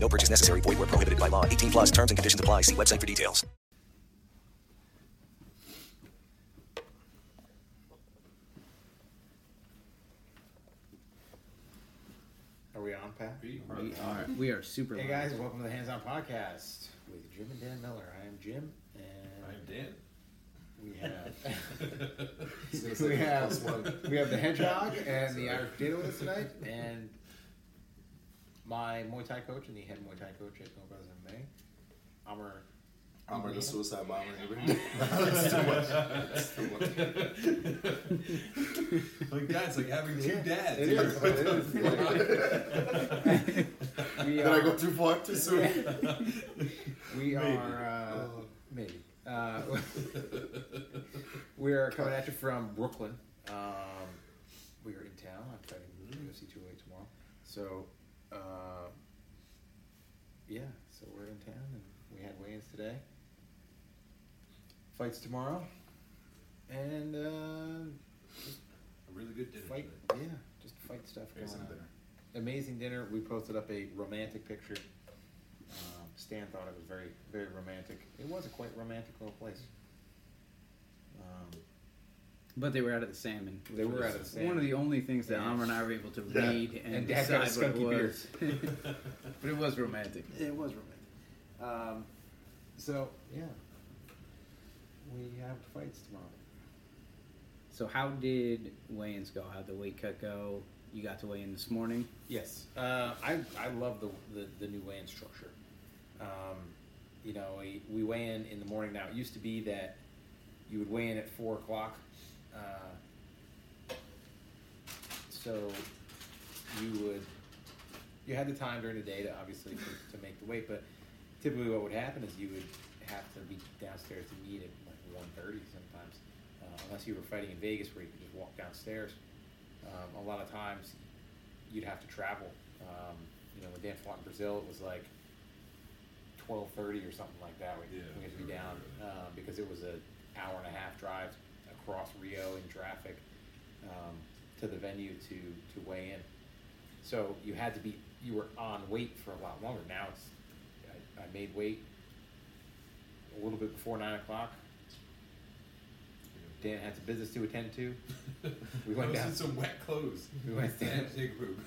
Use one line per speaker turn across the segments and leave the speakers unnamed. No purchase necessary. Void where prohibited by law. 18 plus terms and conditions apply. See website for details.
Are we on, Pat?
We are we are super.
Hey
live.
guys, welcome to the Hands On Podcast with Jim and Dan Miller. I am Jim, and
I'm Dan.
we have we have we have the Hedgehog and the Irish Potato with us tonight, and my Muay Thai coach and the head Muay Thai coach at Go Brothers MMA, Amr.
I'm the suicide bomber. like that's like having two dads.
It is. It is. we
Did I go too far too soon?
We are uh, maybe uh, we are coming at you from Brooklyn. Um, we are in town. I'm fighting UFC 208 tomorrow, so uh, yeah. So we're in town, and we had weigh-ins today. Fights tomorrow, and uh,
A really good dinner.
fight. Yeah, just fight stuff.
Amazing
going on.
dinner.
Amazing dinner. We posted up a romantic picture. Um, Stan thought it was very, very romantic. It was a quite romantic little place. Um,
But they were out of the salmon.
They
which
were
was
out of the salmon.
One of the only things that
Yeah.
Amr and I were able to
Yeah.
read and,
And Dad got
decide what it
skunky
was. but it was romantic.
it was romantic. Um, so yeah, we have fights tomorrow.
So how did weigh-ins go? How would the weight cut go? You got to weigh in this morning.
Yes, uh, I I love the the, the new weigh-in structure. Um, you know, we, we weigh in in the morning now. It used to be that you would weigh in at four o'clock. Uh, so you would you had the time during the day to obviously to, to make the weight, but typically what would happen is you would have to be downstairs to meet at like one thirty sometimes, uh, unless you were fighting in Vegas where you could just walk downstairs. Um, a lot of times you'd have to travel. Um, you know, when Dan fought in Brazil, it was like twelve thirty or something like that. We,
Yeah,
we had to be
I
down
remember that.
um, because it was a hour and a half drive across Rio in traffic um, to the venue to to weigh in. So you had to be you were on weight for a lot longer. Now it's I, I made weight a little bit before nine o'clock. Dan had some business to attend to. We went
I was
down-
in some wet clothes.
We went down-
Damn, big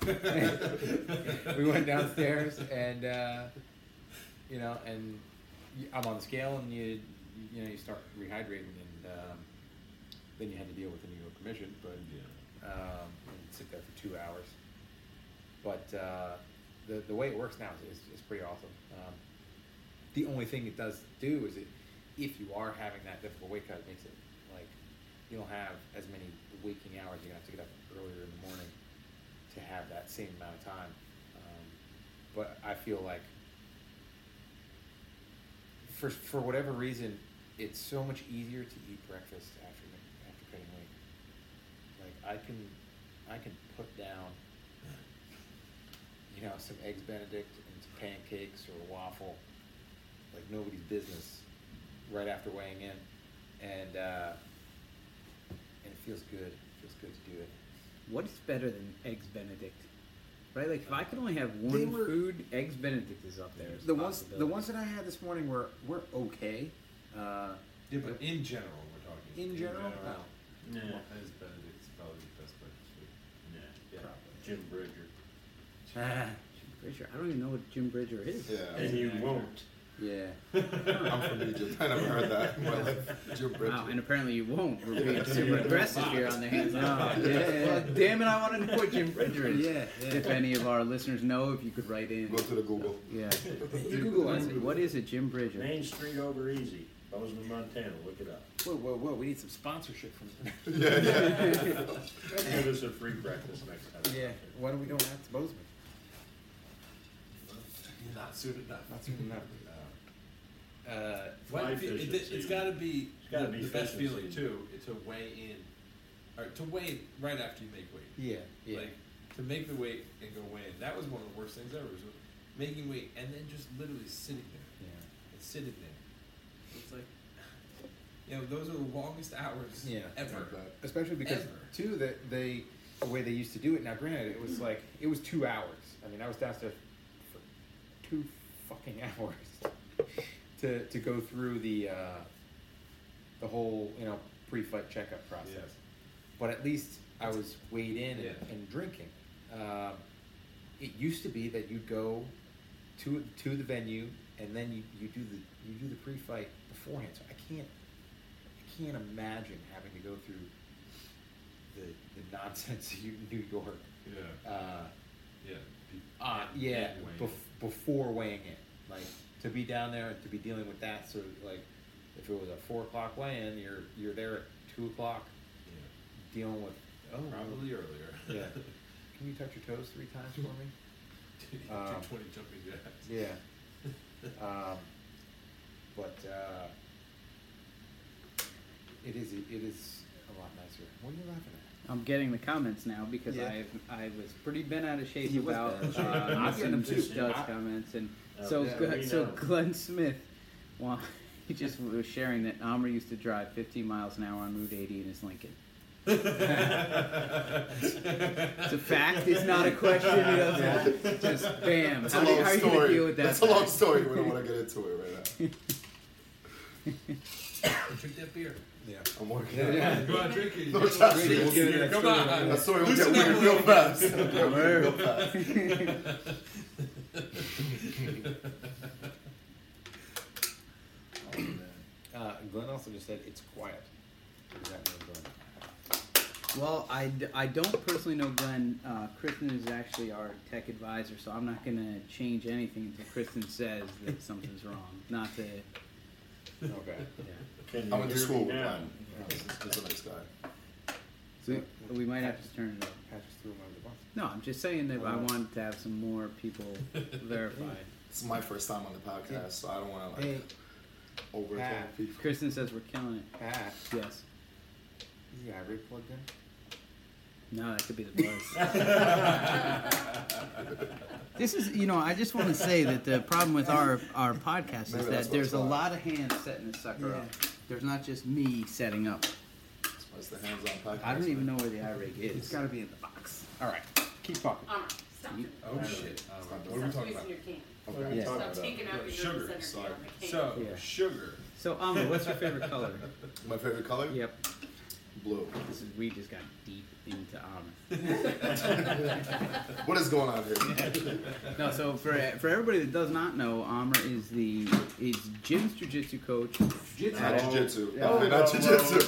poop.
we went downstairs and uh, you know and y- I'm on the scale and you you know you start rehydrating and um, then you had to deal with the New York Commission but um, and sit there for two hours but uh, the the way it works now is, is pretty awesome um, the only thing it does do is it if you are having that difficult weight cut it makes it like you don't have as many waking hours you're gonna have to get up earlier in the morning to have that same amount of time. Um, but I feel like for for whatever reason, it's so much easier to eat breakfast after after cutting weight. Like I can I can put down you know some eggs Benedict and some pancakes or a waffle like nobody's business right after weighing in, and uh, and it feels good. It feels good to do it.
What is better than eggs Benedict? Right? Like if I could only have one
were-
food, eggs Benedict is up there. as
the
a
ones the
possibility.
ones that I had this morning were were okay. Uh,
Yeah, but in general, we're talking.
in general, no.
Nah,
Well, as Benedict's probably the best breakfast food.
nah, yeah.
Probably.
Jim Bridger.
Jim Bridger. I don't even know what Jim Bridger is.
Yeah.
And you won't.
yeah,
I'm from Egypt. I never heard that in my life. Jim Bridger.
Wow, and apparently you won't. We're being super aggressive here on the hands on.
yeah, yeah.
Well, damn it, I want to know what Jim Bridger is.
Yeah, yeah.
If any of our listeners know, if you could write in.
Go to the Google.
Yeah.
Google
what,
it.
is it, what is it, Jim Bridger?
Main Street over easy. Bozeman, Montana. Look it up.
whoa, whoa, whoa! We need some sponsorship from.
Give us a free breakfast next time.
yeah, why do we go out to Bozeman?
Not soon enough.
Not soon enough.
Uh,
uh,
Fly
What,
fish
it,
at
has
sea.
got to be,
gotta
the,
be
the best
fish at
feeling
sea.
too. To weigh in, or to weigh right after you make weight.
yeah, yeah.
Like to make the weight and go weigh in. That was one of the worst things ever. Was making weight and then just literally sitting there and sitting there. It's like, you know, those are the longest hours
Yeah.
ever.
Especially because
Ever.
too that they the way they used to do it. Now, granted, it was like it was two hours. I mean, I was downstairs for two fucking hours to to go through the uh, the whole you know pre flight checkup process.
Yeah.
But at least I was weighed in and,
Yeah.
and drinking. Um, it used to be that you'd go to to the venue and then you, you do the you do the pre fight beforehand. So I can't I can't imagine having to go through the, the nonsense of New York.
Yeah,
Uh,
yeah, be-
uh,
and-
yeah,
and weighing.
bef- before weighing in, like to be down there and to be dealing with that. So like, if it was a four o'clock weigh-in, you're you're there at two o'clock
Yeah.
dealing with oh
probably earlier.
yeah. Can you touch your toes three times for me? Um,
220 jumping jacks.
Yeah. Um, but uh, it is it is a lot nicer. What are you laughing at?
I'm getting the comments now because
Yeah.
I I was pretty bent out of shape
He was
about
bent
out of shape.
uh,
I've
missing
been
the
too.
Doug's
I-
comments and
Oh,
so
yeah,
Gl-
we
so
know.
Glenn Smith, well, he just was sharing that Amr used to drive 15 miles an hour on Route 80 in his Lincoln. It's a fact. It's not a question. It doesn't. Just bam.
That's
how
a
do-
long
how are you
story.
gonna deal with that?
That's a long
fact?
story. We don't want to get into it right now.
Drink that beer. Oh,
I'm working.
Yeah,
on it.
yeah.
Go on, drink it.
No,
Drink
trust
it.
me, we'll see
it.
Come on.
That story will get
Loosen up
weird
a
real
little
fast. real fast.
Uh, Glenn also just said it's quiet. What does that mean, Glenn?
Well, I, d- I don't personally know Glenn. Uh, Kristen is actually our tech advisor, so I'm not going to change anything until Kristen says that something's wrong. Not to.
Okay.
Can you
I went to
hear
school
me
with
now?
mine. He's he's a nice guy.
So we might have to turn it up.
Patches threw him under the bus.
No, I'm just saying that I wanted to have some more people verified.
This is my first time on the podcast, so I don't want to
Hey,
like over
Pat.
people.
Kristen says we're killing it.
Pat,
Yes.
is your ivory plugged in?
No, that could be the buzz. this is, you know, I just want to say that the problem with our our podcast
Maybe
is
that's
that there's
what's
a
wrong.
lot of hands setting this sucker up. There's not just me setting up.
It's the hands-on podcast.
I don't even know
man.
where the iRig is. It's got to be in the box. All right.
Keep talking.
Armor, stop doing that.
Oh, shit.
It's not
Stop
done.
twisting your can.
What are we
Yeah.
talking
Stop
about?
taking out your
Sugar,
sugar. Center
sorry.
on the can.
So,
Yeah.
sugar.
So, Amma, what's your favorite color?
My favorite color?
Yep.
Blue.
This is, we just got deep into Amma.
What is going on here?
No, so for for everybody that does not know, Amma is the is Jim's jiu-jitsu coach. Uh,
Not jujitsu.
Yeah.
Oh, not jujitsu.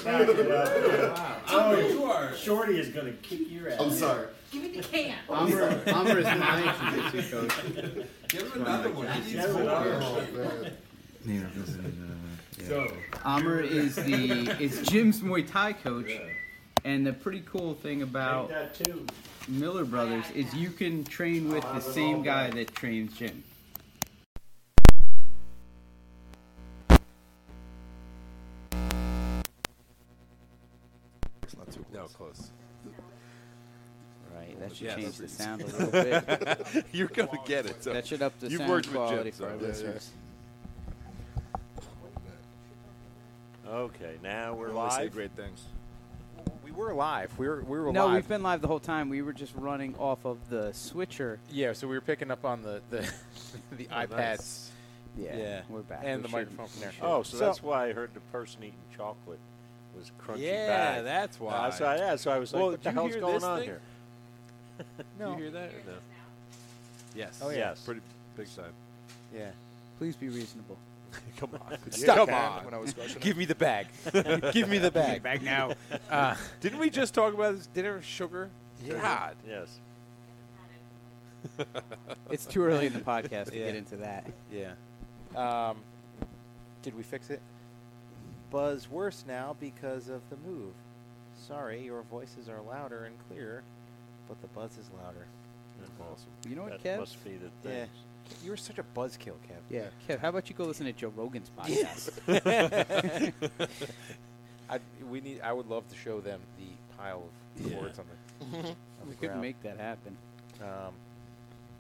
Oh, you are.
Shorty is gonna kick your ass.
I'm sorry.
Give me the can.
Amr, Amr is my jiu-jitsu coach.
Give him another one. He needs
Yeah,
more.
Oh, man.
So,
Amr is the is Jim's Muay Thai coach.
Yeah.
And the pretty cool thing
Take
about
that too.
Miller Brothers is you can train with the same guy that trains Jim.
No, close.
Right, that should
Yes.
change the sound a little bit.
You're gonna get it. So
That should up the
You've
sound
worked with
quality
Jim,
for
so-
our
yeah, yeah.
listeners.
Okay, now we're
They always say
live.
great things.
We were live. We were we were
No,
live.
we've been live the whole time. We were just running off of the switcher.
Yeah, so we were picking up on the the, the
Oh,
iPads
nice.
Yeah,
Yeah.
we're back.
and
We
the
should-
microphone from there.
Oh, so,
So-
that's why I heard the person eating chocolate was crunchy
Yeah,
back.
that's
Uh, so
why.
I, yeah, so I was like,
Well, do
what the
you
hell's
hear
going
this
on
thing?
here?
You hear that? No. Yes.
Oh, yeah.
Yes.
Pretty big time.
Yeah, please be reasonable.
Come on.
Stuck
Come
on.
on.
When I was crushing
Give me the bag. Give me the bag. bag now.
Uh,
Didn't we just talk about this dinner of sugar? God.
Yes.
It's too early in the podcast to
Yeah.
get into that.
Yeah. Um, did we fix it?
buzz worse now because of the move. Sorry, your voices are louder and clearer, but the buzz is louder.
Awesome.
You know what,
that
Kev?
must be the
Yeah.
thing.
you were such a buzzkill, Kev.
Yeah, Kev, how about you go listen to Joe Rogan's podcast?
I,
we need. I would love to show them the pile of
Yeah.
words on the.
Mhm.
on
We
the
could
ground.
make that happen.
Um,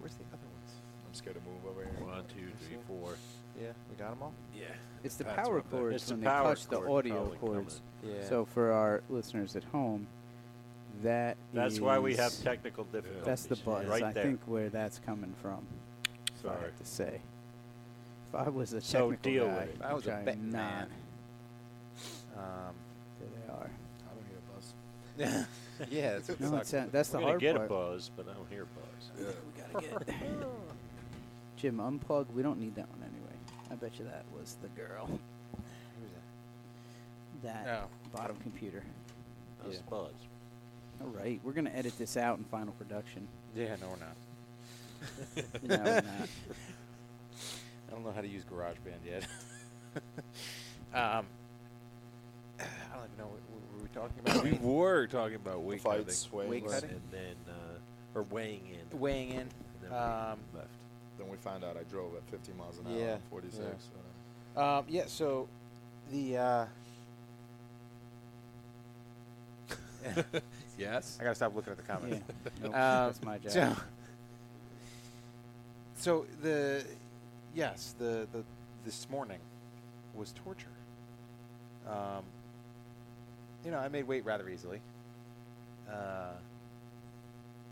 where's the other ones? I'm scared to move over here. One, two, three, four. Yeah, we got them all. Yeah.
It's the power cords
It's the
when they
power
touch the
cord
audio
probably
cords.
coming. Yeah.
So for our listeners at home, that
That's why we have
is-
technical
That's the
difficulties,
buzz.
right
I
there.
think where that's coming from. if I
Sorry.
have to say, if I was a
So
technical
deal
guy,
with it.
which
If I was a
I'm
betting
not.
man.
Um,
there they are.
I don't hear a buzz. yeah, that's what
No,
sucks.
it's that- that's the
We're gonna
hard
get
part.
a buzz, but I don't hear a buzz.
we gotta get. Jim, unplug. We don't need that one anyway. I bet you that was the girl. That
Oh.
bottom computer.
That was
Yeah.
the buzz.
All right, we're gonna edit this out in final production.
Yeah, no, we're not.
No, we're not.
I don't know how to use GarageBand yet. um, I don't even know what, what were we talking about.
we were talking about weight
fights,
cutting,
weight cutting.
and then uh, or weighing in,
Weighing in.
And then we
Um,
left.
Then we found out I drove at 50 miles an hour. Uh,
yeah,
on 46.
yeah.
so-
Um, yeah. So the. Uh,
yes.
I gotta stop looking at the comments.
Yeah. Nope,
Um,
that's my job.
So, so the yes, the the this morning was torture. Um, you know, I made weight rather easily. Uh,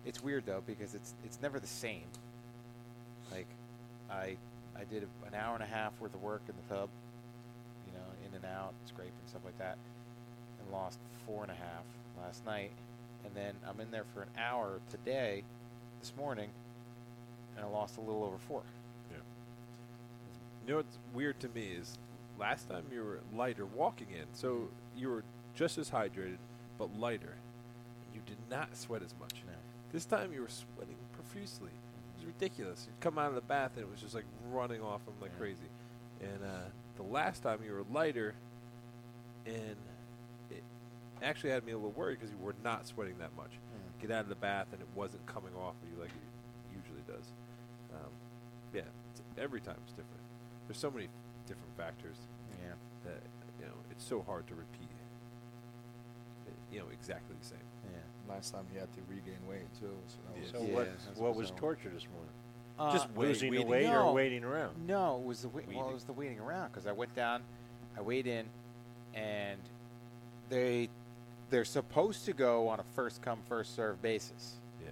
it's weird though because it's it's never the same. Like, I I did an hour and a half worth of work in the tub, you know, in and out, scrape and stuff like that, and lost four and a half last night. And then I'm in there for an hour today, this morning, and I lost a little over four.
Yeah. You know what's weird to me is last time you were lighter walking in, so you were just as hydrated but lighter. You did not sweat as much. This time you were sweating profusely. It was ridiculous. You'd come out of the bath and it was just like running off him like crazy. And uh, the last time you were lighter, and it actually had me a little worried because you were not sweating that much.
Hmm.
Get out of the bath and it wasn't coming off of you like it usually does. Um, yeah, it's, every time it's different. There's so many different factors.
Yeah.
That you know, it's so hard to repeat. uh, You know exactly the same.
Yeah.
Last time he had to regain weight too. So, that was
So what-
that's
what was
bizarre.
torture this morning?
Uh,
Just losing the weight
No.
or waiting around?
No, it was the wait- well, it was the waiting around because I went down, I weighed in, and they they're supposed to go on a first come first serve basis.
Yeah,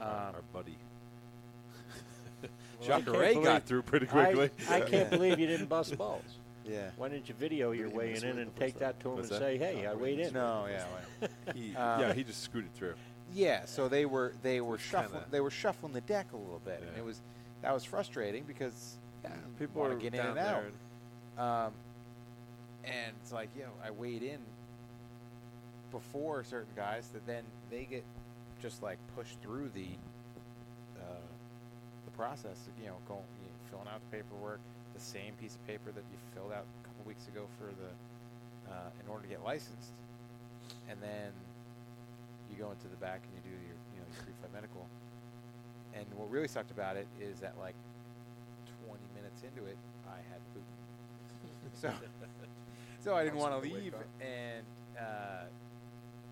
well,
um,
our buddy.
Well, I
Jacare
can't believe-
got through pretty
I-
quickly.
I
Yeah.
can't
Yeah.
believe
you didn't bust balls.
Yeah.
Why didn't you video your weighing in and take that to him and
What's that?
say, "Hey, I weighed in."
No, yeah, wait.
He,
uh,
Um,
yeah, he just scooted through.
Yeah, so they were they were
kinda-
shuffling they were shuffling the deck a little bit, and
Yeah.
it was that was frustrating because
people
want
are
to get
down
in and out.
there
um, and it's like you know I weighed in before certain guys that then they get just like pushed through the uh, the process, of, you know, going you know, filling out the paperwork, the same piece of paper that you filled out a couple weeks ago for the uh, in order to get licensed, and then you go into the back and you do your you know your pre-flight medical. And what really sucked about it is that like 20 minutes into it, I had poop. so, so I didn't
Also
want
the
to
wake
leave
up.
and uh,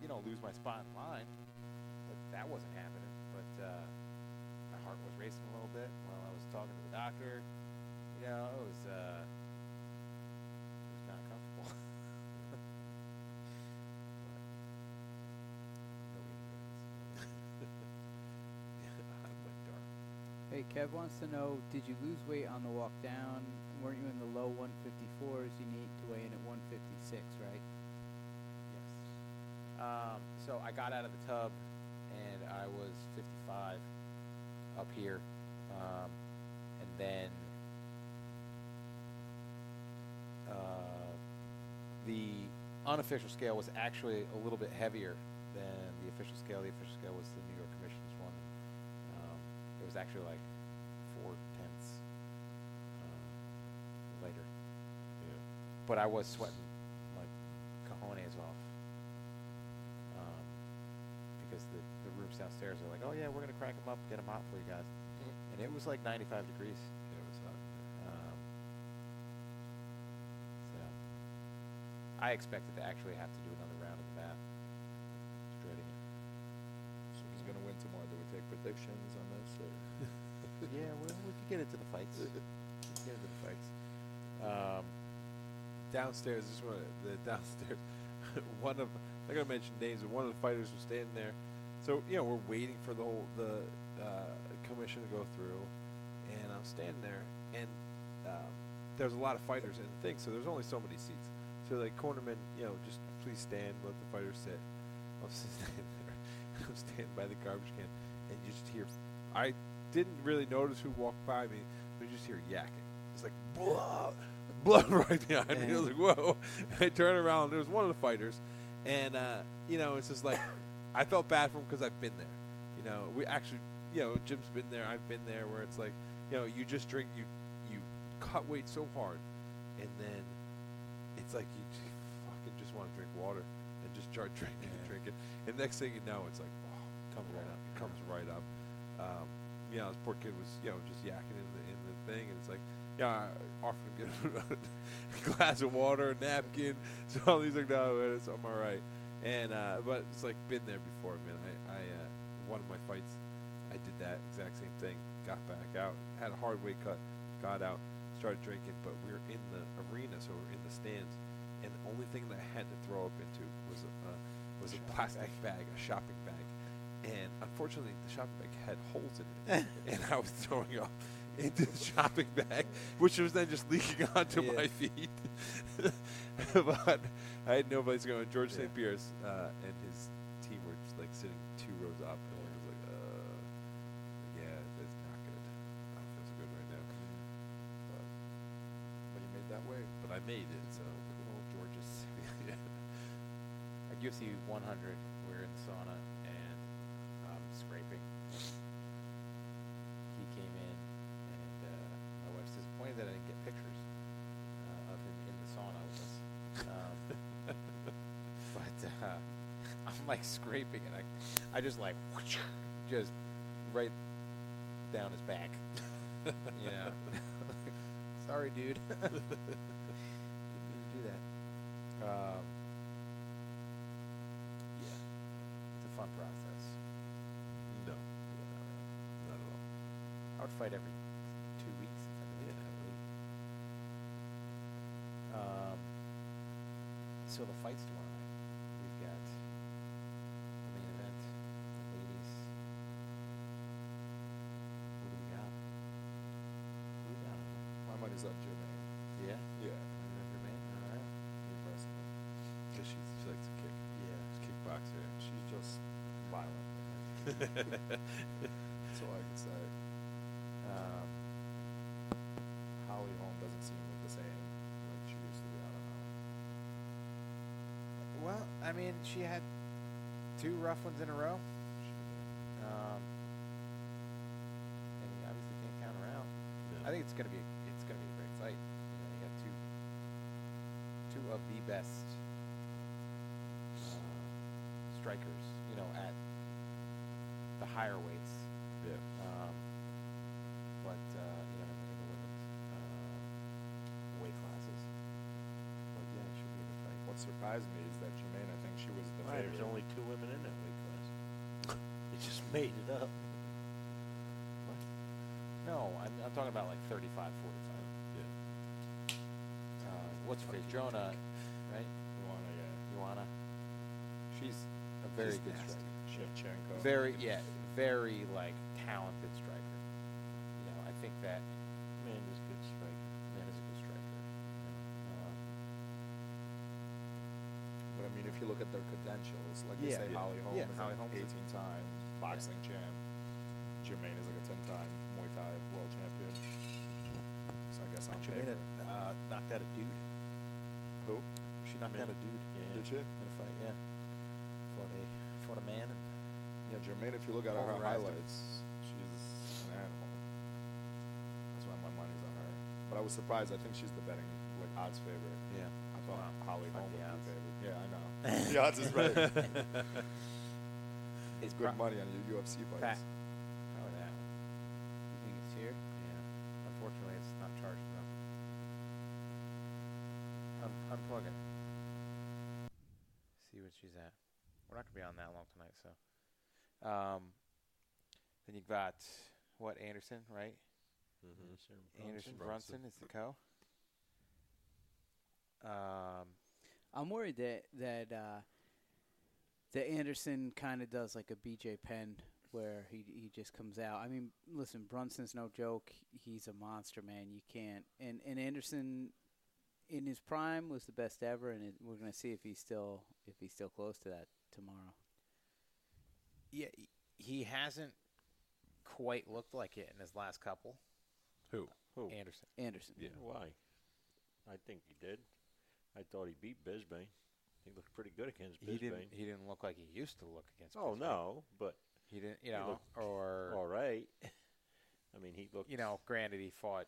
you know lose my spot in line. But that wasn't happening. But uh, my heart was racing a little bit while I was talking to the doctor. You know, it was uh, it was not comfortable.
Hey, Kev wants to know: Did you lose weight on the walk down? Weren't you in the low 154s? You need to weigh in at 156, right?
Yes. Um, so I got out of the tub, and I was 55 up here, um, and then uh, the unofficial scale was actually a little bit heavier than the official scale. The official scale was the New York Commission's one. Um, it was actually like four tenths uh, later. But I was sweating like cojones off. Um,
Mm-hmm.
because the, the rooms downstairs are like, oh yeah, we're gonna crank them up, get them hot for you guys, and and it was like 95 degrees.
It was hot.
Um, so I expected to actually have to do another round of the math. Just dreading it.
So he's going to win tomorrow. Do we take predictions on this? Or?
yeah, we, we could get into the fights. we could get into the fights. Um,
downstairs, this one, the downstairs, one of, I'm not gonna mention names, but one of the fighters was standing there. So you know, we're waiting for the whole the uh, commission to go through, and I'm standing there, and um, there's a lot of fighters in the thing, so there's only so many seats. So like cornerman, you know, just please stand, let the fighters sit. I'm standing there, I'm standing by the garbage can, and you just hear. I didn't really notice who walked by me, but you just hear yakking. It's like blah blood right behind me. I was like, whoa. I turn around. There was one of the fighters. And, uh, you know, it's just like, I felt bad for him because I've been there. You know, we actually, you know, Jim's been there. I've been there where it's like, you know, you just drink, you, you cut weight so hard. And then it's like you just fucking just want to drink water and just start drinking and drinking. And next thing you know, it's like, oh, comes right up. It comes right up. Um, you know, this poor kid was, you know, just yakking in the, in the thing. And it's like, yeah, I offered him get a glass of water, a napkin. So all these like, no, man, it's, I'm all right. And uh, but it's like been there before, man. I, I uh, one of my fights, I did that exact same thing. Got back out, had a hard weight cut, got out, started drinking. But we were in the arena, so we are in the stands, and the only thing that I had to throw up into was a uh, was a plastic bag, a shopping bag. And unfortunately, the shopping bag had holes in it, and I was throwing up into the shopping bag, which was then just leaking onto my feet. but I had no place going. George St. Pierre's uh, and his team were just like sitting two rows up, and I was like, uh, yeah, that's not good. I don't feel so good right now. But,
but you made that way.
But I made it, so good old George's. yeah.
At UFC 100, we're in the sauna and um, scraping. He came in, and uh, my wife's disappointed that I didn't get pictures uh, of him in the sauna with us. Um, but uh, I'm like scraping, and I, I just like just right down his back. yeah. Sorry, dude. Didn't mean to do that. Um, yeah, it's a fun process.
No, not at all.
I would fight every two weeks. If I yeah. Um, so the fight's tomorrow night. We've got the main event, the ladies. Who do we got? Who we got?
My money's on Jermaine.
Yeah.
Yeah.
Jermaine. All right.
Impressive.
Because she's she likes to kick.
Yeah.
She's a kickboxer. and
She's just violent. That's all I can say.
Um,
Holly Holm doesn't seem the same like she used to be. I don't know.
Well, I mean, she had two rough ones in a row. Um, and you obviously can't count her out.
Yeah.
I think it's gonna be it's gonna be a great fight. You know, you got two two of the best uh, strikers. You know, at the higher weights.
Yeah.
Um, but uh, you know, in the women's uh, weight classes. But yeah, it should be a good fight.
What surprised me is that Jermaine, I think she was the
Why,
favorite.
there's only two women in that weight class. They just made it up.
No, I'm, I'm talking about like 35, 45.
Yeah.
Uh, what's her face? Jonah, right?
Luana, yeah.
Luana. She's a very
She's
good
nasty.
striker.
Shevchenko.
Very, yeah, very like talented striker. You know, I think that
Man, this good strike.
man is a good striker. Um,
But I mean, if you look at their credentials, like
Yeah.
you say,
Yeah.
Holly Holm
Yeah,
is
Holly
like
Holm's a-
18 time boxing champ. Jermaine is like a 10 time Muay Thai world champion. So I guess I'm
Jermaine
favorite.
uh, knocked out a dude.
Who?
She knocked
Man.
out a dude. Yeah.
Did she?
In a fight, yeah.
fought a fought a man. And
Yeah, Jermaine, if you look at her
Pulverized her.
highlights, she's an animal. That's why my money's on her. But I was surprised. I think she's the betting, like, odds favorite.
yeah.
I thought Holly
Fuck
Holm would
the
be
odds.
favorite. Yeah, I know. the odds is right.
It's
Good money on your UFC
Pat.
fights.
Probably that. one. You think it's she's at. We're not gonna be on that long tonight, so. Um, then you got what Anderson, right?
Mhm.
Anderson
Anderson
Brunson
Brunson.
is the co. Um,
I'm worried that that uh, that Anderson kind of does like a BJ Penn where he he just comes out. I mean, listen, Brunson's no joke. He's a monster, man. You can't. And and Anderson in his prime was the best ever, and it, we're gonna see if he's still if he's still close to that tomorrow.
Yeah, he- he hasn't quite looked like it in his last couple.
Who?
Who?
Anderson.
Anderson.
Yeah. Why? I think he did. I thought he beat Bisbane. He looked pretty good against Bisbane.
He didn't. He didn't look like he used to look against.
oh
Pittsburgh.
no, but
he didn't. You know,
looked
or
all right. I mean, he looked.
you know, granted he fought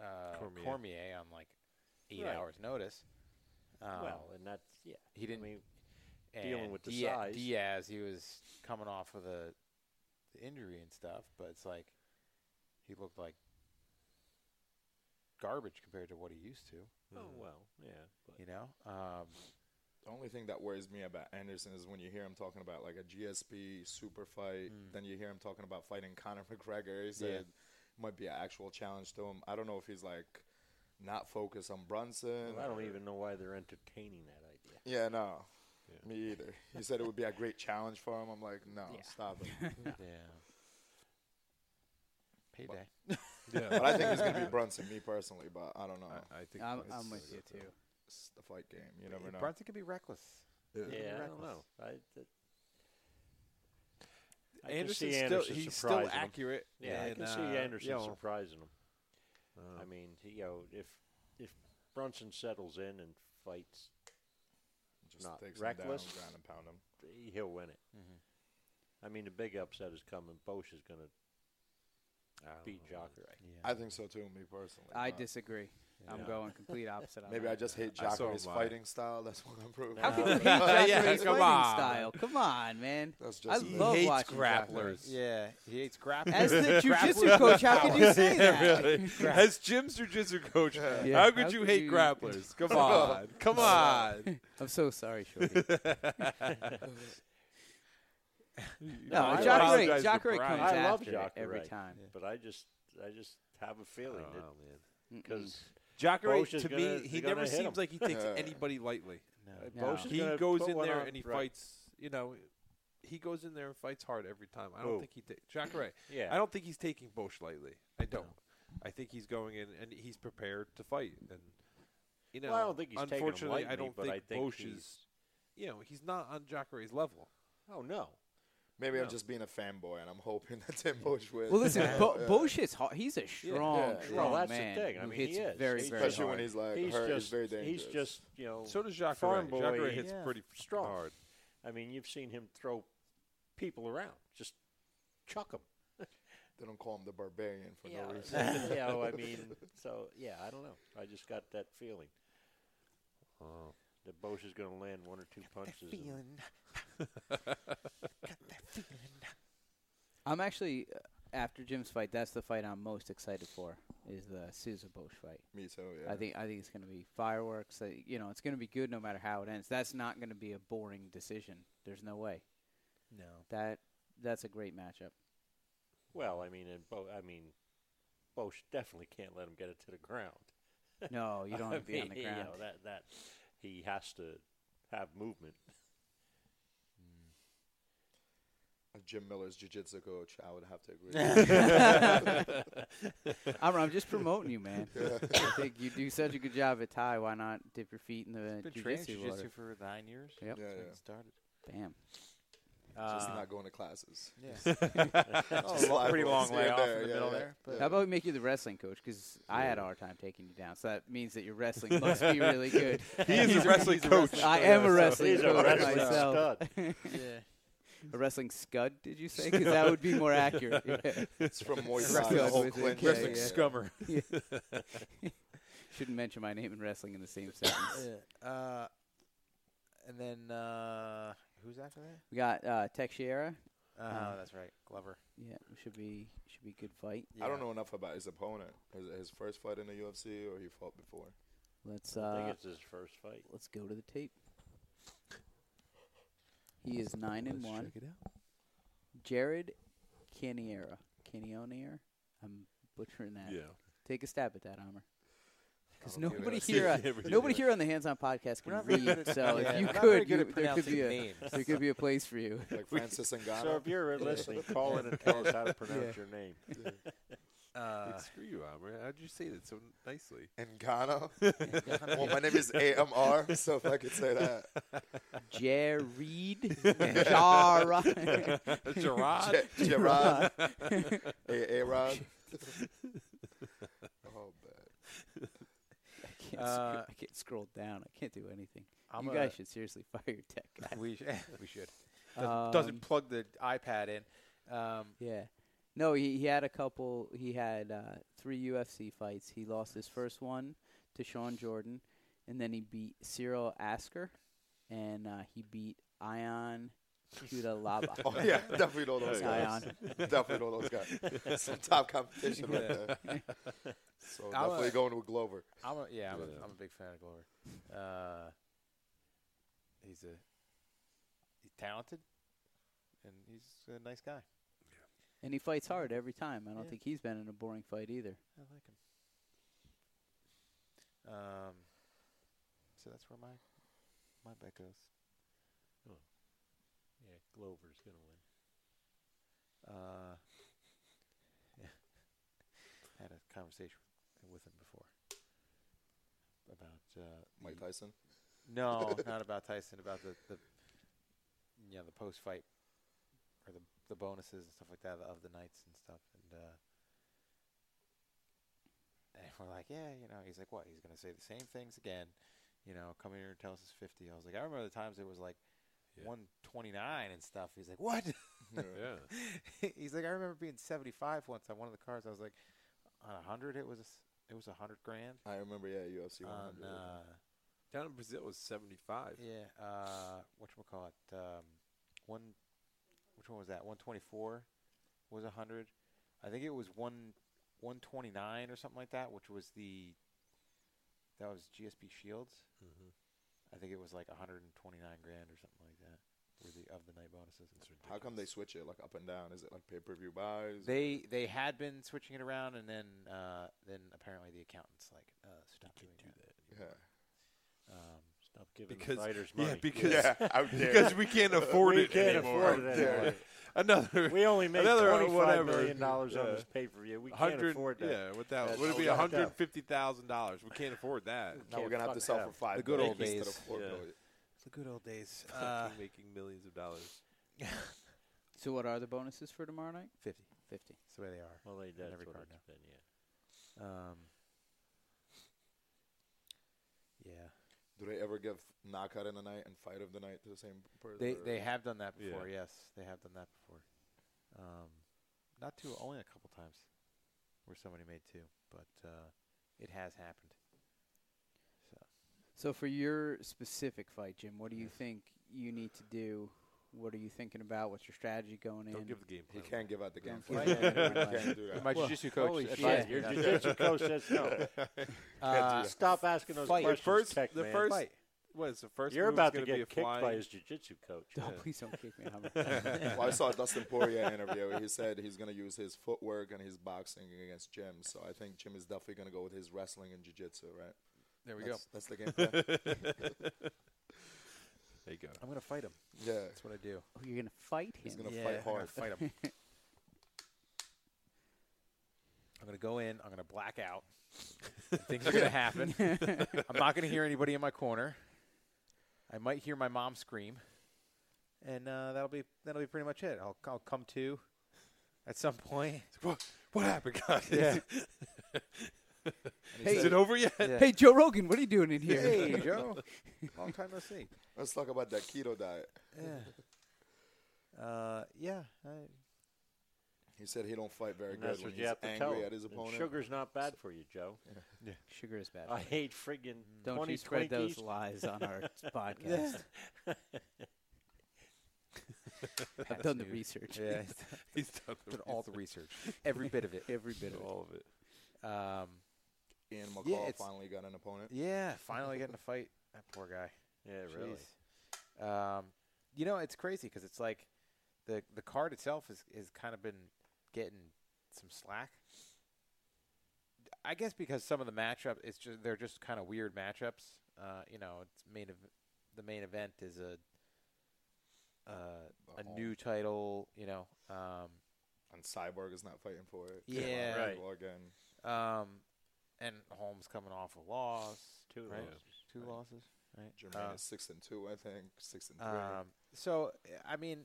uh, Cormier.
Cormier.
on like eight
Right.
hours' notice. Um,
well, and that's yeah.
he didn't.
dealing
and
with the
Dia-
size.
Diaz, he was coming off of the, the injury and stuff, but it's like he looked like garbage compared to what he used to.
Oh
Hmm.
well, yeah. But
you know, um,
the only thing that worries me about Anderson is when you hear him talking about like a GSP super fight,
Mm.
then you hear him talking about fighting Conor McGregor. He said it might be an actual challenge to him. I don't know if he's like not focused on Brunson.
Well, I don't
or-
even know why they're entertaining that idea.
Yeah, no. Me either. He said it would be a great challenge for him. I'm like, no, stop it.
yeah. Payday.
Yeah. but I think it's going to be Brunson, me personally, but I don't know.
I, I
I'm- I'm with you too.
It's the fight game. You never know.
Brunson could be reckless.
Yeah.
He could
Yeah,
be
I don't
reckless.
know. I, th- I can
Anderson's
see
still-
Anderson
he's still
surprising 'em.
accurate,
Yeah, I
and,
can
uh, Oh.
see Anderson
you know.
surprising him. I mean, he, you know, if if Brunson settles in and fights,
Just
not
takes him down,
reckless,
ground and pound him.
He'll win it. I mean, the big upset is coming. Bosch is going to beat Jacare.
I think so too, me personally.
I
but-
disagree. I'm going complete opposite. on
Maybe
that.
I just hate
I saw
Jacare's
him live.
fighting style. That's what I'm proving.
How can you hate Jacare's fighting style? Come on, man.
That's
I
just me.
love watching Jacare.
Yeah, he hates grapplers.
As the jujitsu coach, how could you say that?
As Jim's jujitsu coach,
Yeah.
how could you hate grapplers? Come on, come on.
I'm so sorry, Shorty.
No, I
Jacare,
apologize to
Jacare comes
Brian. I love
after it
Jacare,
every time.
but I just, I just have a feeling.
Oh,
man, because
Jacare, to me, he never seems like he takes anybody lightly.
No,
He goes in there and he fights. You know, he goes in there and fights hard every time. I don't
Who?
think he ta- Jacare.
Yeah.
I don't think he's taking Bosch lightly. I don't. I think he's going in and he's prepared to fight. And you know,
Well, I don't think he's taking 'em
unfortunately,
lightly,
I don't
but
think
I think
Bosch
he's-
is. You know, he's not on Jacare's level.
Oh no.
Maybe I'm
No.
just being a fanboy, and I'm hoping that Tim Bosch wins.
Well, listen, Bo- Bosch is hard. He's a strong, strong
Well, that's
man.
the thing. I
who
mean,
hits
he is.
very, very
Especially when
hard.
he's, like, hurt, he's
just,
very
He's
dangerous.
just, you know.
So does Jacare.
farm boy.
Jacare hits pretty f-
strong.
hard.
I mean, you've seen him throw people around. Just chuck them.
They don't call him the barbarian for
Yeah,
no reason.
you know, I mean, so yeah, I don't know. I just got that feeling. Oh. That Bosch is going to land one or two punches. and-
feeling.
I'm actually uh, after Jim's fight. That's the fight I'm most excited for. Is the Souza Bosch fight?
Me too. Yeah.
I think I think it's going to be fireworks. Uh, you know, it's going to be good no matter how it ends. That's not going to be a boring decision. There's no way.
No.
That that's a great matchup.
Well, I mean, and Bo, I mean, Bosch definitely can't let him get it to the ground.
No, you don't
I
wanna be on the
mean, you
ground.
know, that that he has to have movement.
Jim Miller's jiu-jitsu coach. I would have to agree.
I'm, I'm just promoting you, man.
Yeah.
I think you do such a good job at Thai. Why not dip your feet in the
been training
jiu-jitsu, water?
jujitsu for nine years.
Yep.
Yeah,
That's when
yeah.
it started.
Bam.
Just
Uh,
not going to classes.
yeah.
Just- Oh, just
Oh, a pretty long layoff
liabilities here and there,
in the
yeah,
middle
yeah.
there.
How about we make you the wrestling coach? Because I had a hard time taking you down. So that means that your wrestling must be really good.
He is
He's
a wrestling
he's
coach.
wrestling- I am a
He's a
wrestling coach
wrestling
myself.
stud.
Yeah.
A wrestling scud, did you say? Because that would be more accurate.
It's from Muay Thai,
Scud
the whole
with a
clinch.
K,
Wrestling
yeah.
scummer.
Yeah. Shouldn't mention my name and wrestling in the same sentence.
Uh, and then uh, who's after that?
We got uh, Texiera.
Oh,
Uh,
that's right, Glover.
Yeah, should be should be good fight.
I don't know enough about his opponent. Is it his first fight in the UFC, or he fought before?
Let's.
I
Uh,
think it's his first fight.
Let's go to the tape. He is 9 and
Let's
1.
check it
Jared Caniera. Canionier? I'm butchering that.
Yeah.
Take a stab at that, Armor. Because
I don't Oh, give
nobody
it a-
here, uh,
Yeah, we do
nobody
that.
here on the Hands On podcast
We're not
can
very good
read.
at-
So
yeah,
if you
we're not very
could,
good
you,
at
there could be a
pronouncing names.
there could be a place for you.
Like Francis Ngannou.
So if you're listening, call in and tell us how to pronounce your name.
Uh,
Like, screw you, Amr. How'd you say that so nicely?
And Ghana. well, my name is AMR, so if I could say that.
Jared.
Jara.
Gerard?
Ja- Gerard. A- A-Rod. oh, man.
I can't,
Uh,
scr- I can't scroll down. I can't do anything.
I'm
you
a-
guys should seriously fire your tech guy.
We, sh- we should. Doesn't, doesn't
Um,
plug the iPad in. Um,
Yeah. No, he, he had a couple. He had uh, three UFC fights. He lost his first one to Sean Jordan, and then he beat Cyril Asker, and uh, he beat Ion Kudalaba.
Oh, yeah, definitely know those guys. Definitely know those guys. Some top competition right
Yeah.
there. So
I'm
definitely
a-
going with Glover.
I'm a, yeah, I'm,
Yeah.
A, I'm a big fan of Glover. Uh, he's a he's talented, and he's a nice guy.
And he fights hard every time. I don't
Yeah.
think he's been in a boring fight either.
I like him. Um, so that's where my my bet goes.
Oh. Yeah, Glover's gonna win.
Uh, yeah, had a conversation with him before about uh,
Mike
the-
Tyson?
No, not about Tyson. About the, the you know the post fight or the the bonuses and stuff like that of the nights and stuff. And uh, and we're like, yeah, you know, he's like, what? He's gonna say the same things again. You know, come here and tell us it's fifty. I was like, I remember the times it was like one twenty nine and stuff. He's like, what?
Yeah.
he's like, I remember being seventy five once on one of the cards. I was like, on a hundred, it was it was a hundred grand.
I remember, yeah, UFC
On,
100.
uh,
Down in Brazil was 75.
yeah. Uh, what you call it? Um, one. Which one was that? One twenty four was a hundred. I think it was one one twenty nine or something like that, which was the. That was GSP Shields.
Mm-hmm.
Mhm.
I think it was like 129 grand or something like that. Were the of the night bonuses?
How come they switch it like up and down? Is it like pay per view buys?
They they had been switching it around, and then uh, then apparently the accountants like uh, stopped doing that.
Yeah.
Um,
Stop giving
because
the fighters money.
yeah, because
Yeah, how dare
because
you.
we can't afford
We
it
can't
anymore.
afford it
How dare
anymore.
you. Another
We only make
another
$25
whatever.
million dollars on
Yeah.
this pay-per-view. We can't
100
afford that.
Yeah, what that
That's
would it be
fucked up.
hundred and fifty thousand dollars? We can't afford that.
Now we're gonna have to sell for five
The good old
million
days.
instead of four
Yeah.
million.
The good old days.
Fucking
Uh,
making millions of dollars.
So what are the bonuses for tomorrow night?
50.
50.
That's the way they are.
Well, they,
on
that's
every
what
card
it's
now.
been, yeah.
Um, yeah.
Do they ever give knockout in the night and fight of the night to the same person?
They
or-
they have done that before. Yes, they have done that before. Um, not too only a couple times where somebody made two, but uh, it has happened. So
So for your specific fight, Jim, what do you think you need to do? What are you thinking about? What's your strategy going in?
He can't give out the game
Don't
plan.
give out the
He
game
can't
plan.
do that.
My
Well,
jiu-jitsu coach
holy shit,
advised me
Your
not to.
jiu-jitsu coach says no.
Uh,
Can't do stop that. asking those
fight.
questions,
First,
Tech
the
man.
first.
Fight.
What is the first?
You're
move's
about to
gonna
get
be a
kicked by
flying-
his jiu-jitsu coach.
Oh,
Yeah.
please don't kick me. Hummer.
well, I saw a Dustin Poirier interview. He said he's going to use his footwork and his boxing against Jim. So I think Jim is definitely going to go with his wrestling and jiu-jitsu, right?
There we go.
that's, That's the game plan.
There you go.
I'm gonna fight him.
yeah.
That's what I do.
Oh, you're gonna fight him.
He's gonna fight hard.
I'm gonna fight 'em. I'm gonna go in. I'm gonna black out. Things are gonna happen. I'm not gonna hear anybody in my corner. I might hear my mom scream, and uh, that'll be that'll be pretty much it. I'll, I'll come to at some point.
What, what happened, guys?
Yeah.
Is it over yet?
Hey, Joe Rogan, what are you doing in here?
Hey, Joe. Long time no see.
Let's talk about that keto diet.
Yeah. Uh, yeah. I,
He said he don't fight very
And that's
good when
what
he's
you have to tell
angry
'em.
at his
And
opponent.
Sugar's not bad for you, Joe.
Sugar is
Uh,
bad.
I
for you.
hate friggin'
Don't
20
you spread those
Twinkies.
lies on our podcast. I've done the research.
Yeah,
He's done the
all the research, every bit of it, every bit of it.
All of it.
Um,
Ian McCall
Yeah, it's-
finally got an opponent.
yeah, finally getting a fight. That poor guy.
Yeah, really.
Jeez. Um, you know, it's crazy because it's like the the card itself is is kind of been getting some slack. I guess because some of the matchup, it's just they're just kind of weird matchups. Uh, you know, it's main ev- the main event is a uh, a new title. You know, um,
and Cyborg is not fighting for it.
yeah,
Right. Again.
Um, and Holmes coming off a loss,
Two
right?
losses.
two
Right.
losses, right?
Jermaine
Uh,
is six and two, I think. Six and three.
Um, so I mean,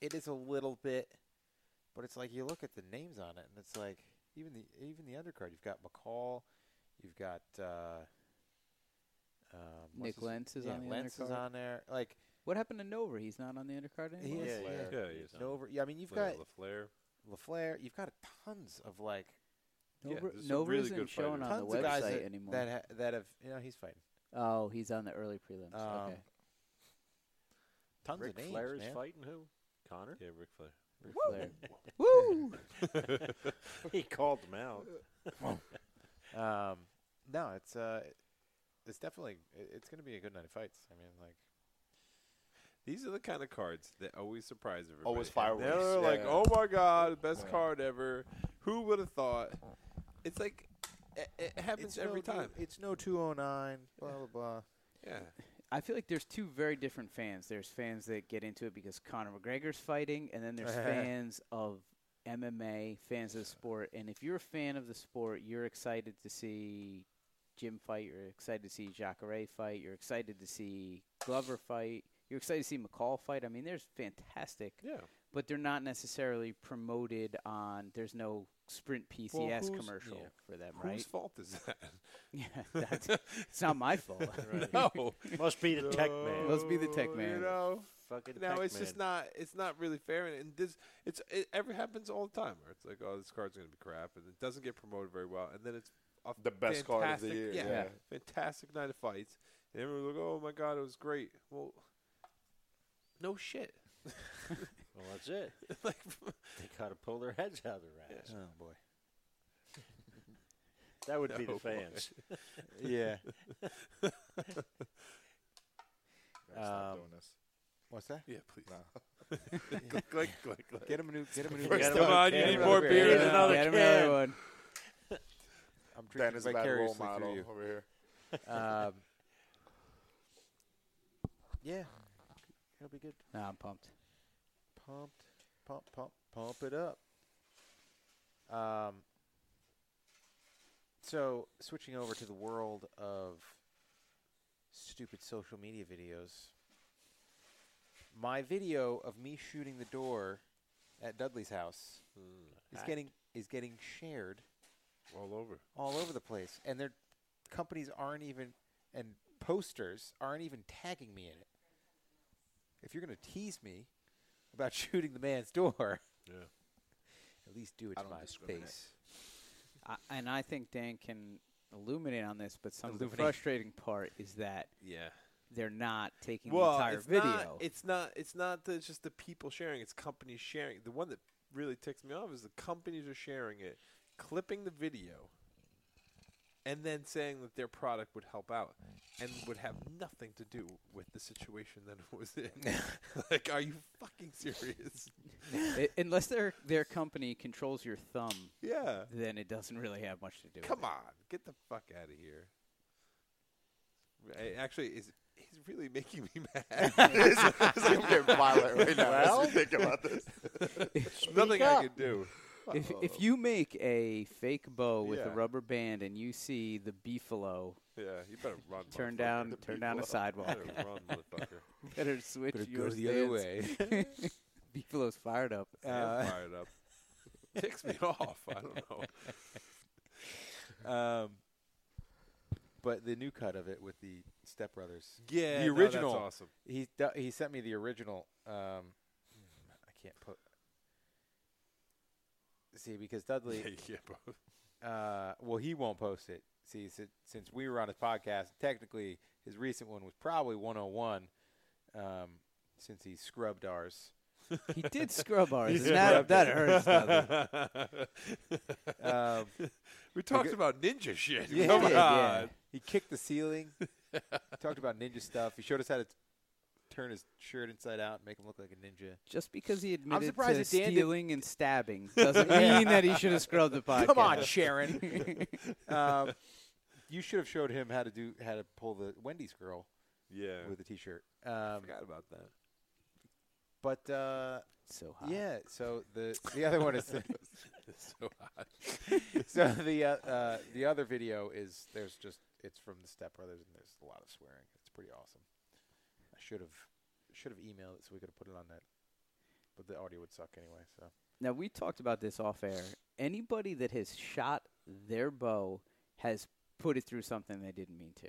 it is a little bit, but it's like you look at the names on it, and it's like even the even the undercard. You've got McCall, you've got uh, um, what's
Nick
his-
Lentz is
yeah,
on the
Lentz
undercard.
is on there. Like,
what happened to Nova? He's not on the undercard anymore.
is, yeah.
he is on
Nova. Yeah, I mean, you've
Flair,
got Lafleur. You've got tons of like.
Yeah, Nova- there's some Nova really isn't good shown on the
Tons of guys
website
that-
anymore.
That ha- that have you know he's fighting.
Oh, he's on the early prelims.
Um,
okay.
Tons
Ric
of names,
Flair is
man.
fighting who? Connor?
Yeah, Ric Flair.
Ric
Woo!
Flair.
he called them out.
um, no, it's uh, it's definitely it- it's going to be a good night of fights. I mean, like
These are the kind of cards that always surprise everybody.
Always
And they're
fireworks.
like,
Yeah.
oh my god, best
Yeah.
card ever. Who would have thought? It's like it, it
It's
happens every
no new-
time.
it's no two oh nine. Blah blah blah.
Yeah.
I feel like there's two very different fans. There's fans that get into it because Conor McGregor's fighting, and then there's fans of MMA, fans of the sport. And if you're a fan of the sport, you're excited to see Jim fight. You're excited to see Jacare fight. You're excited to see Glover fight. You're excited to see McCall fight. I mean, there's fantastic.
Yeah.
But they're not necessarily promoted on. There's no Sprint PCS
who's-
commercial
yeah.
for them,
Whose
right?
fault is that?
Yeah, that's, it's not my fault.
Right.
Oh.
No.
Must be the tech man.
Must be the tech man.
You know,
Fucking
no,
tech
it's just
man.
not. It's not really fair, and, and this it's it ever happens all the time. Where it's like, oh, this card's gonna be crap, and it doesn't get promoted very well, and then it's a
The best card of the
fantastic-
year,
Yeah,
yeah.
fantastic night of fights, and everyone's like, oh my god, it was great. Well, no shit.
Well, that's it. they got to pull their heads out of their ass.
Oh boy.
That would be
Oh, boy.
the fans.
Yeah.
Better
uh,
stop doing this.
What's that?
Yeah, please.
No.
Click, click, click, click.
Get him a new. Get him a new.
First
beer.
of all, you need more beer
beer.
and another Get him another can. one.
I'm
Dan
drinking
is a bad
vicariously
role
through
model
you.
over here.
Um, yeah, it'll be good.
Nah, I'm pumped.
Pumped, pump, pump, pump it up. Um. So switching over to the world of stupid social media videos, my video of me shooting the door at Dudley's house is
Hacked.
getting is getting shared
Hmm. all over
all over the place, and their companies aren't even and posters aren't even tagging me in it. If you're going to tease me about shooting the man's door,
Yeah.
at least do it to my face.
I, and I think Dan can illuminate on this, but some of the
Illuminate.
frustrating part is that
Yeah.
they're not taking
well,
the entire
it's
video.
Not, it's not. It's not that it's just the people sharing. It's companies sharing. The one that really ticks me off is the companies are sharing it, clipping the video, and then saying that their product would help out and would have nothing to do with the situation that it was in. like, are you fucking serious?
I- unless their their company controls your thumb,
Yeah.
then it doesn't really have much to do.
Come
with
on, get the fuck out of here. I- actually, is he's really making me mad.
It's- it's like I'm getting violent right now as we
Well-
think about this.
There's nothing I can do.
If, if you make a fake bow with a
Yeah.
rubber band and you see the beefalo,
Yeah, you better run.
turn
motherfucker.
down,
The
turn
beef
down a
will-
sidewalk.
Better run, motherfucker.
Better switch
Better go
your
the other
stance. Beefalo's fired up. Uh,
I am fired up. Ticks me off. I don't know.
Um, but the new cut of it with the Step Brothers.
Yeah,
the
no, that's
original.
awesome.
He du- he sent me the original. Um, I can't put. See, because Dudley.
Yeah, you can't post.
Uh, well, he won't post it. See, s- since we were on his podcast, technically his recent one was probably 101. Um, since he scrubbed ours.
He did scrub ours.
He
That-
scrubbed
that
it.
hurts,
Dudley. We talked about ninja shit.
Yeah,
Come
he did, yeah.
on.
He kicked the ceiling. talked about ninja stuff. He showed us how to t- turn his shirt inside out and make him look like a ninja.
Just because he admitted
I'm surprised that
to
Dan didn't-
stealing and stabbing doesn't mean that he should have scrubbed the podcast.
Come on, Sharon. um, you should have showed him how to do how to pull the Wendy's girl.
Yeah.
with a t-shirt.
I
Um,
forgot about that.
But uh,
so
hot.
Yeah. So the the other one is the,
It's so hot.
so the uh, uh, the other video is there's just it's from the Step Brothers and there's a lot of swearing. It's pretty awesome. I should have should have emailed it so we could have put it on that, but the audio would suck anyway. So
Now we talked about this off air. Anybody that has shot their bow has put it through something they didn't mean to.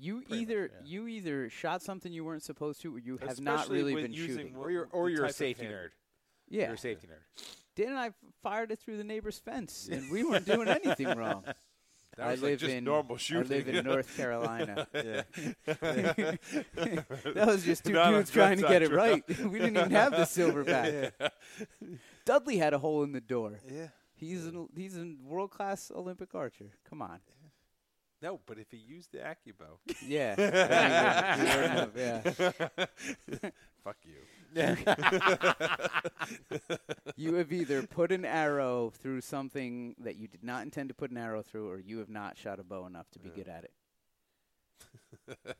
You either you either shot something you weren't supposed to, or you have not
Especially
really
with
been
using
shooting,
wo- Or you're- or the you're a type of safety hand. nerd.
Yeah,
You're a safety nerd.
Dan and I f- fired it through the neighbor's fence, and we weren't doing anything wrong.
That
I
was,
live
like, just
in
normal
I live
shooting.
in North Carolina.
Yeah.
that was just two
Not on
dudes trying to get it right.
gunshot trial.
we didn't even have the silverback. Dudley had a hole in the door.
Yeah.
he's an he's a world class Olympic archer. Come on.
No, but if he used the AccuBow.
Yeah. Then he would- he wouldn't have, yeah.
Fuck you.
you have either put an arrow through something that you did not intend to put an arrow through, or you have not shot a bow enough to be good at it.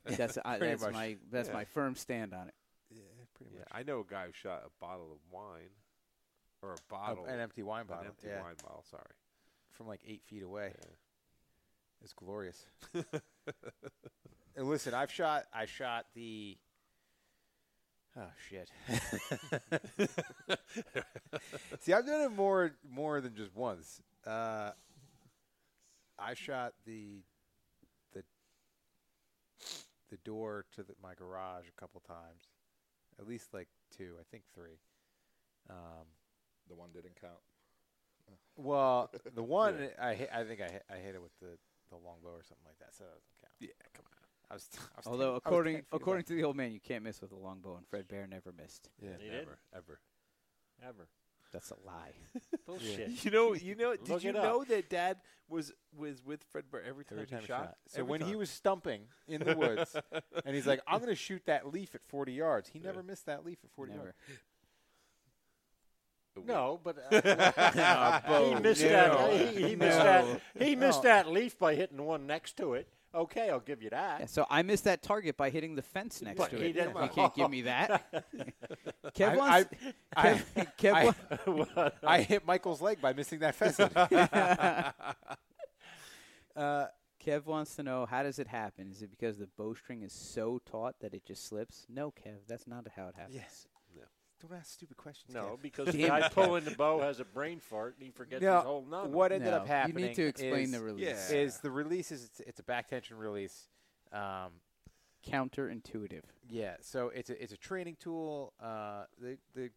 That's I,
Pretty
that's
much.
my that's
Yeah.
my firm stand on it.
Yeah, pretty much. I know a guy who shot a bottle of wine, or a bottle,
an empty wine bottle,
An empty
yeah.
wine bottle. Sorry.
from like eight feet away. It's glorious. and listen, I've shot. I shot the. Oh shit! See, I've done it more more than just once. Uh, I shot the the the door to the, my garage a couple times, at least like two, I think three. Um,
the one didn't count.
well, the one
Yeah.
I hit, I think I hit, I hit it with the, the longbow or something like that, so that doesn't count. Yeah, come on. I was, I was
Although
10 I was
according
10 feet
according
away.
to the old man, you can't miss with a longbow, and Fred Bear never missed.
Yeah.
He did?
Ever, ever.
Ever.
That's a lie.
Bullshit.
You know, you know. Did
Look
you
it up.
know that Dad was was with Fred Burr every time,
every time
he
he
shot?
shot. So
Every
when he
time.
was stumping in the woods, and he's like, "I'm going to shoot that leaf at 40 yards," he never missed that leaf at 40
Never.
yards. No, but uh,
he
Oh,
missed that. He, he missed that. He missed
No.
that leaf by hitting the one next to it. Okay, I'll give you that.
Yeah, so I missed that target by hitting the fence next
But
to
he
it.
didn't-
You can't give me that. Kev
I-
wants.
I-
Kev, Kev
I-
wa-
I hit Michael's leg by missing that pheasant.
uh, Kev wants to know how does it happen? Is it because the bowstring is so taut that it just slips? No, Kev, that's not how it happens.
Yes. Don't ask stupid questions.
No,
Kev.
because the guy pulling the bow has a brain fart and he forgets
Now,
his whole number.
What ended up
No, you
happening?
need to explain
is-
the release.
Is the release is it's, it's a back tension release. Um,
Counterintuitive.
yeah, so it's a it's a training tool. Uh, the the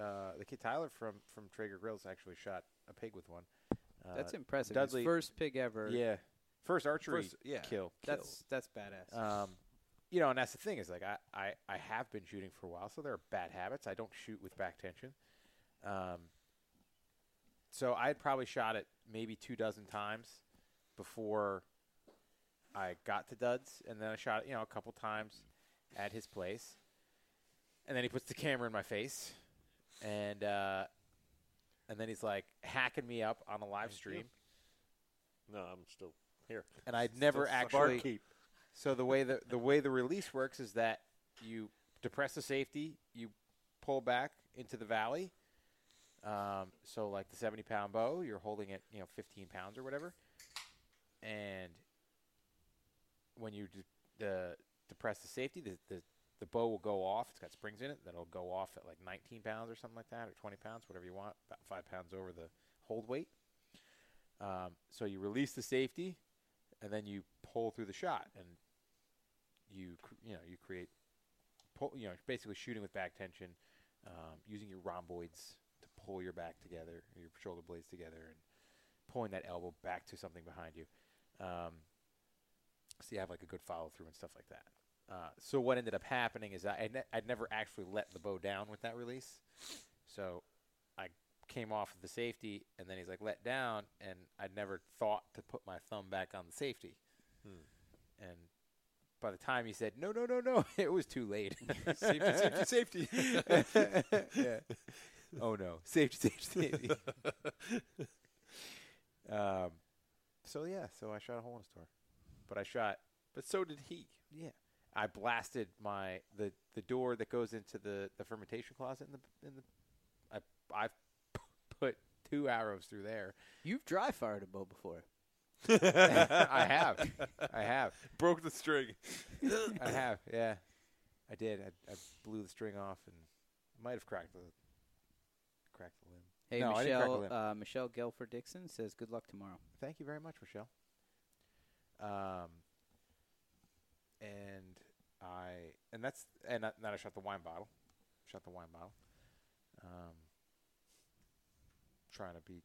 uh, the kid Tyler from from Traeger Grills actually shot a pig with one. Uh,
That's impressive. His
Dudley,
first pig ever.
Yeah, first archery
First- yeah.
kill.
That's- that's badass.
Um, you know, and that's the thing is like I, I I have been shooting for a while, so there are bad habits. I don't shoot with back tension. Um, so I had probably shot it maybe two dozen times before I got to Duds, and then I shot it, you know, a couple times at his place, and then he puts the camera in my face, and uh, and then he's like hacking me up on a live stream,
No, I'm still here.
and I'd never actually. So the way the the way the release works is that you depress the safety, you pull back into the valley. Um, so like the seventy pound bow, you're holding it, you know, fifteen pounds or whatever, and when you de- the depress the safety, the, the the bow will go off. It's got springs in it. That'll go off at like 19 pounds or something like that, or 20 pounds, whatever you want, about five pounds over the hold weight. Um, so you release the safety, and then you pull through the shot, and you cr- you know you create, pull, you know, basically shooting with back tension, um, using your rhomboids to pull your back together, or your shoulder blades together, and pulling that elbow back to something behind you. Um, so you have like a good follow through and stuff like that. Uh, so what ended up happening is I I'd, ne- I'd never actually let the bow down with that release, so I came off of the safety and then he's like let down and I never thought to put my thumb back on the safety,
Hmm.
and by the time he said no, no, no, no, it was too late.
Safety, safety, safety.
yeah. Oh no, safety, safety, safety. um, so yeah, so I shot a hole in his door, but I shot.
But so did he.
Yeah, I blasted my the the door that goes into the the fermentation closet in the in the. I I put two arrows through there.
You've dry fired a bow before.
I have. I have.
Broke the string.
I have, yeah. I did. I, I blew the string off and might have cracked the cracked the limb.
Hey,
no, I didn't crack the
Michelle,
limb.
uh, Michelle Gelford Dixon says good luck tomorrow.
Thank you very much, Michelle. Um, and I and that's and I, then I shot the wine bottle, shot the wine bottle. Um, trying to be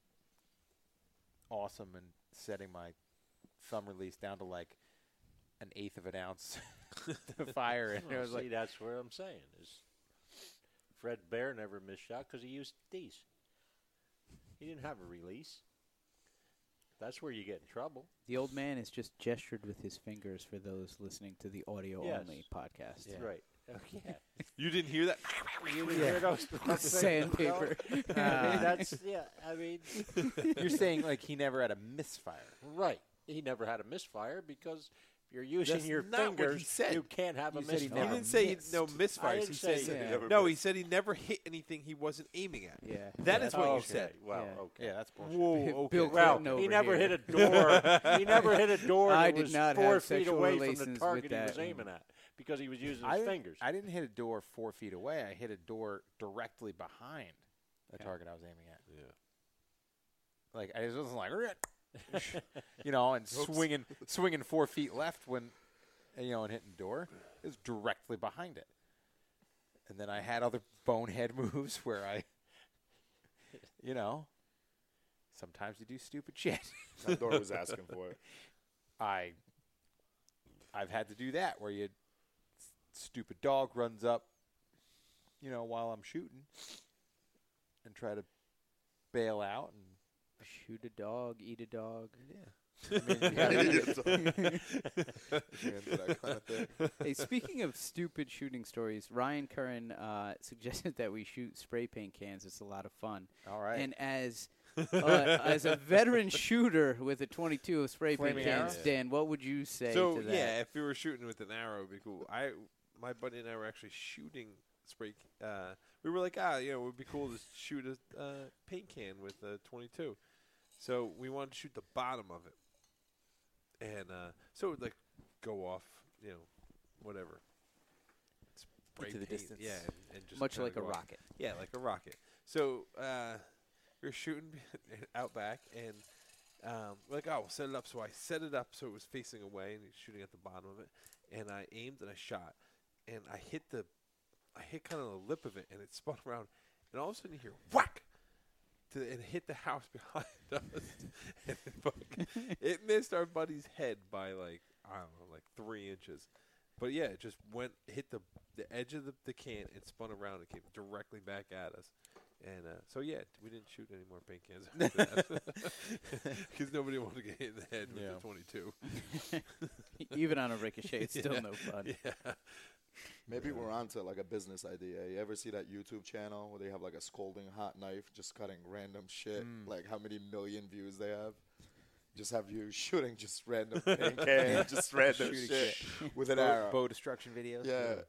awesome and setting my thumb release down to like an eighth of an ounce to fire,
Oh,
and it
Well,
was
Oh, see,
like
that's what I'm saying. Is Fred Bear never missed shot because he used these. He didn't have a release. That's where you get in trouble.
The old man has just gestured with his fingers for those listening to the audio
Yes.
only podcast.
Yeah. Right. Oh, yeah.
You didn't hear that?
You would hear those
With sandpaper. Uh,
No, I mean, that's yeah. I mean,
You're saying like he never had a misfire.
right. He never had a misfire because if you're using
That's
your
not what he
fingers,
said.
you can't have
You
a misfire.
said he never didn't say he- no
I
misfires.
didn't
He said
say he
he
never
never
missed.
No, he said he never hit anything he wasn't aiming at.
Yeah.
that
Yeah,
is what
oh,
you said.
okay. Wow, Yeah. okay.
Yeah, that's bullshit.
Bill
Whoa, okay.
Clinton Well, he over never here. hit a door- he never hit a door that
I did
was
not
four
have
feet
sexual
away from the
relations
target
with
he
that.
was aiming at because he was using
I
his
didn't-
fingers.
I didn't hit a door four feet away. I hit a door directly behind the target I was aiming at.
Yeah.
Like I just wasn't like, you know, and swinging, swinging four feet left when, you know, and hitting door It was directly behind it. And then I had other bonehead moves where I, you know, sometimes you do stupid shit.
That door was asking for it.
I, I've had to do that where you, stupid dog runs up, you know, while I'm shooting, and try to bail out and
Shoot a dog, eat a dog.
Yeah. I mean, you gotta eat a dog.
You're into that kinda thing.
Hey, speaking of stupid shooting stories, Ryan Curran uh, suggested that we shoot spray paint cans. It's a lot of fun.
All right.
And as uh, as a veteran shooter with a 22 of spray
Flaming
paint cans,
arrow?
Dan, what would you say
so
to that?
yeah, if we were shooting with an arrow, it'd be cool. I, my buddy and I were actually shooting spray. c- Uh, we were like, ah, you know, it would be cool to shoot a uh, paint can with a 22. So we wanted to shoot the bottom of it, and uh, so it would like go off, you know, whatever. Spray
Into the
paint,
distance.
yeah, and, and just
Much
kinda
like a
go off.
rocket.
Yeah, like a rocket. So uh, we were shooting out back, and um, we're like, oh, we'll set it up. So I set it up so it was facing away, and it's shooting at the bottom of it. And I aimed and I shot, and I hit the, I hit kind of the lip of it, and it spun around, and all of a sudden you hear whack, to and hit the house behind us. and it, fuck- it missed our buddy's head by like I don't know, like three inches. But yeah, it just went hit the the edge of the, the can and spun around. It came directly back at us. And uh, so yeah, we didn't shoot any more paint cans after that because nobody wanted to get hit in the head with
Yeah.
the twenty-two.
E-, Even on a ricochet, it's still
Yeah.
no fun.
Yeah.
Maybe we're onto like a business idea. You ever see that YouTube channel where they have like a scolding hot knife just cutting random shit?
Mm.
Like how many million views they have? Just have you shooting just random paint can, just random
Shooting
shit
shit.
with an
Bow-
arrow.
bow destruction videos?
Yeah.
Yeah.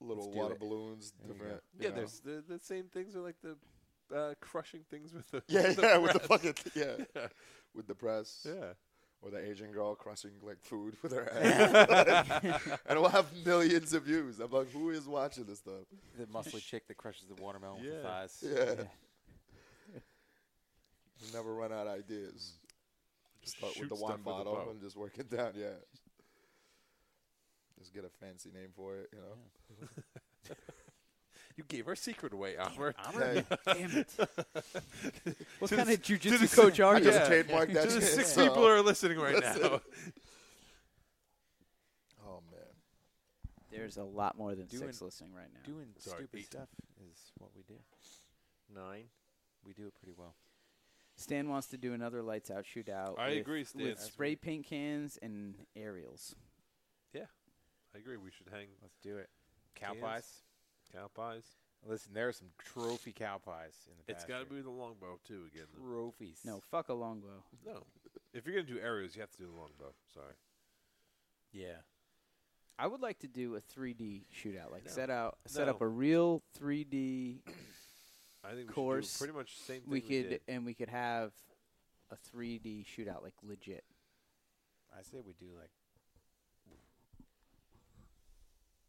Little
Let's do
water
it.
balloons,
There you go.
different. you
Yeah,
know.
there's the, the same things with like the uh, crushing things with the
Yeah, yeah, with the
press.
fucking yeah, with the press.
Yeah.
Or the Asian girl crushing like food with her hands, and we'll have millions of views. I'm like, who is watching this stuff?
The muscly chick that crushes the watermelon with
Yeah.
her thighs.
Yeah. You never run out of ideas. Start with
shoot
the
stuff
wine
with a
bottle
bow.
and just work it down. Yeah. Just get a fancy name for it, you know.
You gave our secret away, Amr.
Amr? Damn it.
What
To
kind
the-
of
to the
jujitsu
s-
coach are
I
you?
just trademarked that To the shit, six so- people who are listening right Listen. now.
Oh man.
There's a lot more than
Doing-
six listening right now.
Doing
Sorry,
stupid
eight.
stuff is what we do.
Nine.
We do it pretty well.
Stan wants to do another lights out shootout.
I
with,
agree, Stan.
With
That's
spray paint cans and aerials.
Yeah.
I agree. We should hang.
Let's do it. Cow pies.
Cow pies.
Listen, there are some trophy cow pies in the
It's
past.
got to be the longbow too again. though.
trophies.
No, fuck a longbow.
No. If you're gonna do areas, you have to do the longbow. Sorry.
Yeah.
I would like to do a 3D shootout, like
No.
set out, set up
No.
a real 3D
I think we should do
course.
pretty much the same
We
thing we
could
did.
and we could have a 3D shootout, like legit.
I say we do like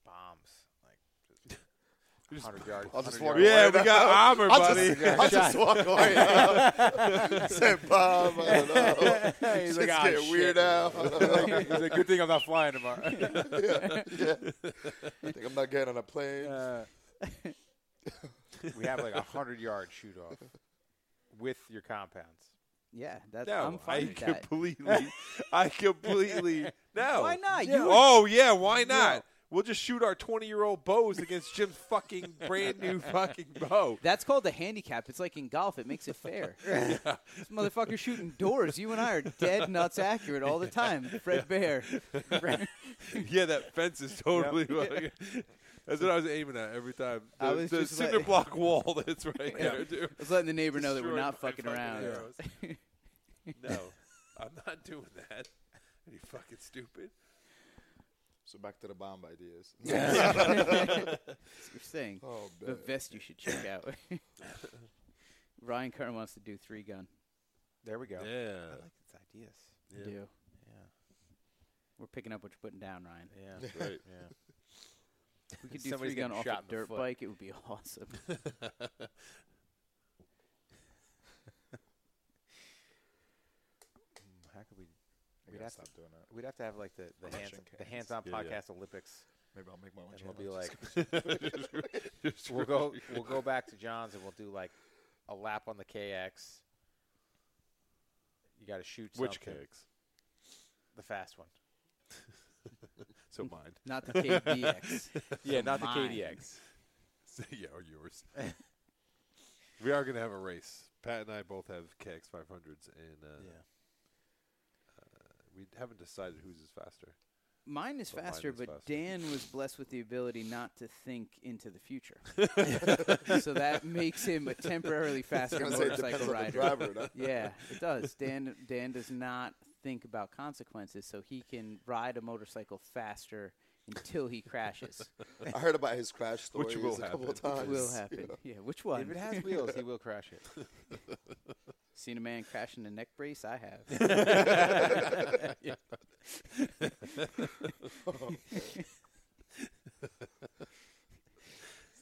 bombs, like just hundred yards.
I'll just
100
walk
yards.
away. man. I'll Just, I'll just walk away. now. Said Bob, I don't know.
He's like,
Shit's
"Ah,
getting
shit."
weird now.
He's like, "Good thing I'm not flying tomorrow."
yeah, yeah. I think I'm not getting on a plane.
we have like a hundred yard shoot off with your compounds.
Yeah, that's
No,
I'm fine
I
with that.
completely, I completely no.
Why not?
Yeah.
You would-
oh yeah, why
No.
not? We'll just shoot our twenty-year-old bows against Jim's fucking brand new fucking bow.
That's called a handicap. It's like in golf. It makes it fair. This motherfucker shooting doors. You and I are dead nuts accurate all the time. Fred Bear.
yeah, that fence is totally. fucking- That's what I was aiming at every time. The,
I was
the
just
cinder
let-
block wall that's right
Yeah.
there, dude.
I was letting the neighbor know that we're
Destroyed
not
my
fucking around.
arrows. no, I'm not doing that. Are you fucking stupid?
So back to the bomb ideas.
You're saying
Oh,
the
man.
vest you should check out. Ryan Kern wants to do three gun.
There we go.
Yeah.
I like its ideas.
You do. We're picking up what you're putting down, Ryan.
Yeah, that's right. Yeah.
We could do
Somebody's
three gun
getting
off
shot
a
in the
dirt
foot.
bike. It would be awesome.
Mm, How could we?
I
We'd
gotta
have
stop
to,
doing that.
We'd have to have like the the
Crushing
hands the
cans.
hands on
Yeah, yeah.
podcast Olympics.
Maybe I'll make my own
And we'll be
channel.
like,
Just-
we'll go we'll go back to John's and we'll do like a lap on the KX. You got to shoot
Which
something.
KX?
The fast one.
So mine.
Not the KDX.
yeah,
So
not
mine.
the KDX.
So, yeah, or yours. we are going to have a race. Pat and I both have KX 500s, and uh,
Yeah.
uh, we haven't decided whose is faster.
Mine is
But mine
faster,
is
but
faster.
Dan was blessed with the ability not to think into the future. so that makes him a temporarily faster
I was gonna say, it
motorcycle
depends
rider.
on the driver, no?
yeah, it does. Dan Dan does not think about consequences, so he can ride a motorcycle faster until he crashes.
I heard about his crash
Which
stories
will
a couple of
happen.
times.
Which will happen. Yeah, which one?
If it has wheels, he will crash it.
Seen a man crashing a neck brace? I have.
Yeah.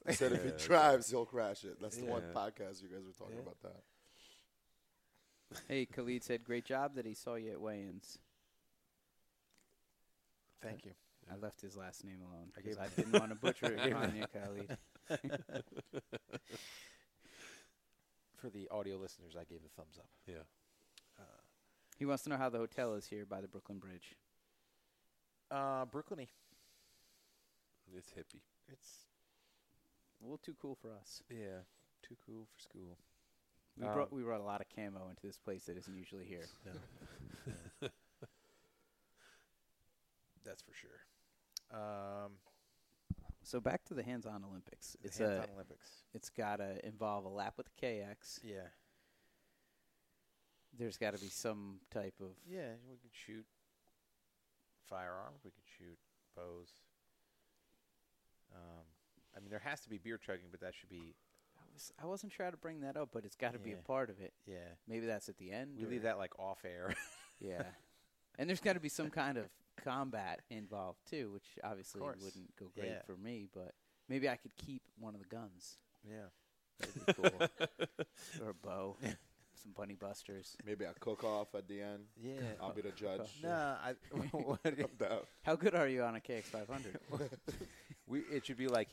He said if he
Yeah.
drives, he'll crash it. That's the one
Yeah.
podcast you guys were talking
Yeah.
about that.
hey, Khalid said, "Great job that he saw you at weigh-ins."
Thank you.
I left his last name alone
I
because
gave
I
him-
didn't want to butcher
I
it
gave
on
him-
you, Khalid.
For the audio listeners, I gave a thumbs up.
Yeah.
He wants to know how the hotel is here by the Brooklyn Bridge.
Uh, Brooklyn.
It's hippie.
It's
A little too cool for us.
yeah, too cool for school.
We,
Um,
brought, we brought a lot of camo into this place that isn't usually here.
That's for sure. Um,
So back to the hands-on Olympics.
The hands-on
a-
Olympics.
It's got to involve a lap with the KX.
Yeah.
There's got to be some type of
yeah, we could shoot firearms. We could shoot bows. Um, I mean, there has to be beer chugging, but that should be
I, was, I wasn't sure how to bring that up, but it's got to be
Yeah.
a part of it.
Yeah.
Maybe that's at the end.
we leave
or-
that like off air.
Yeah. and there's got to be some kind of combat involved too, which obviously
course.
wouldn't go great
Yeah.
for me, but maybe I could keep one of the guns.
Yeah.
That'd be cool. or a bow, some bunny busters.
Maybe a cook off at the end.
Yeah.
I'll be the judge.
Nah, I- what-
I'm down.
How good are you on a KX500?
we it should be like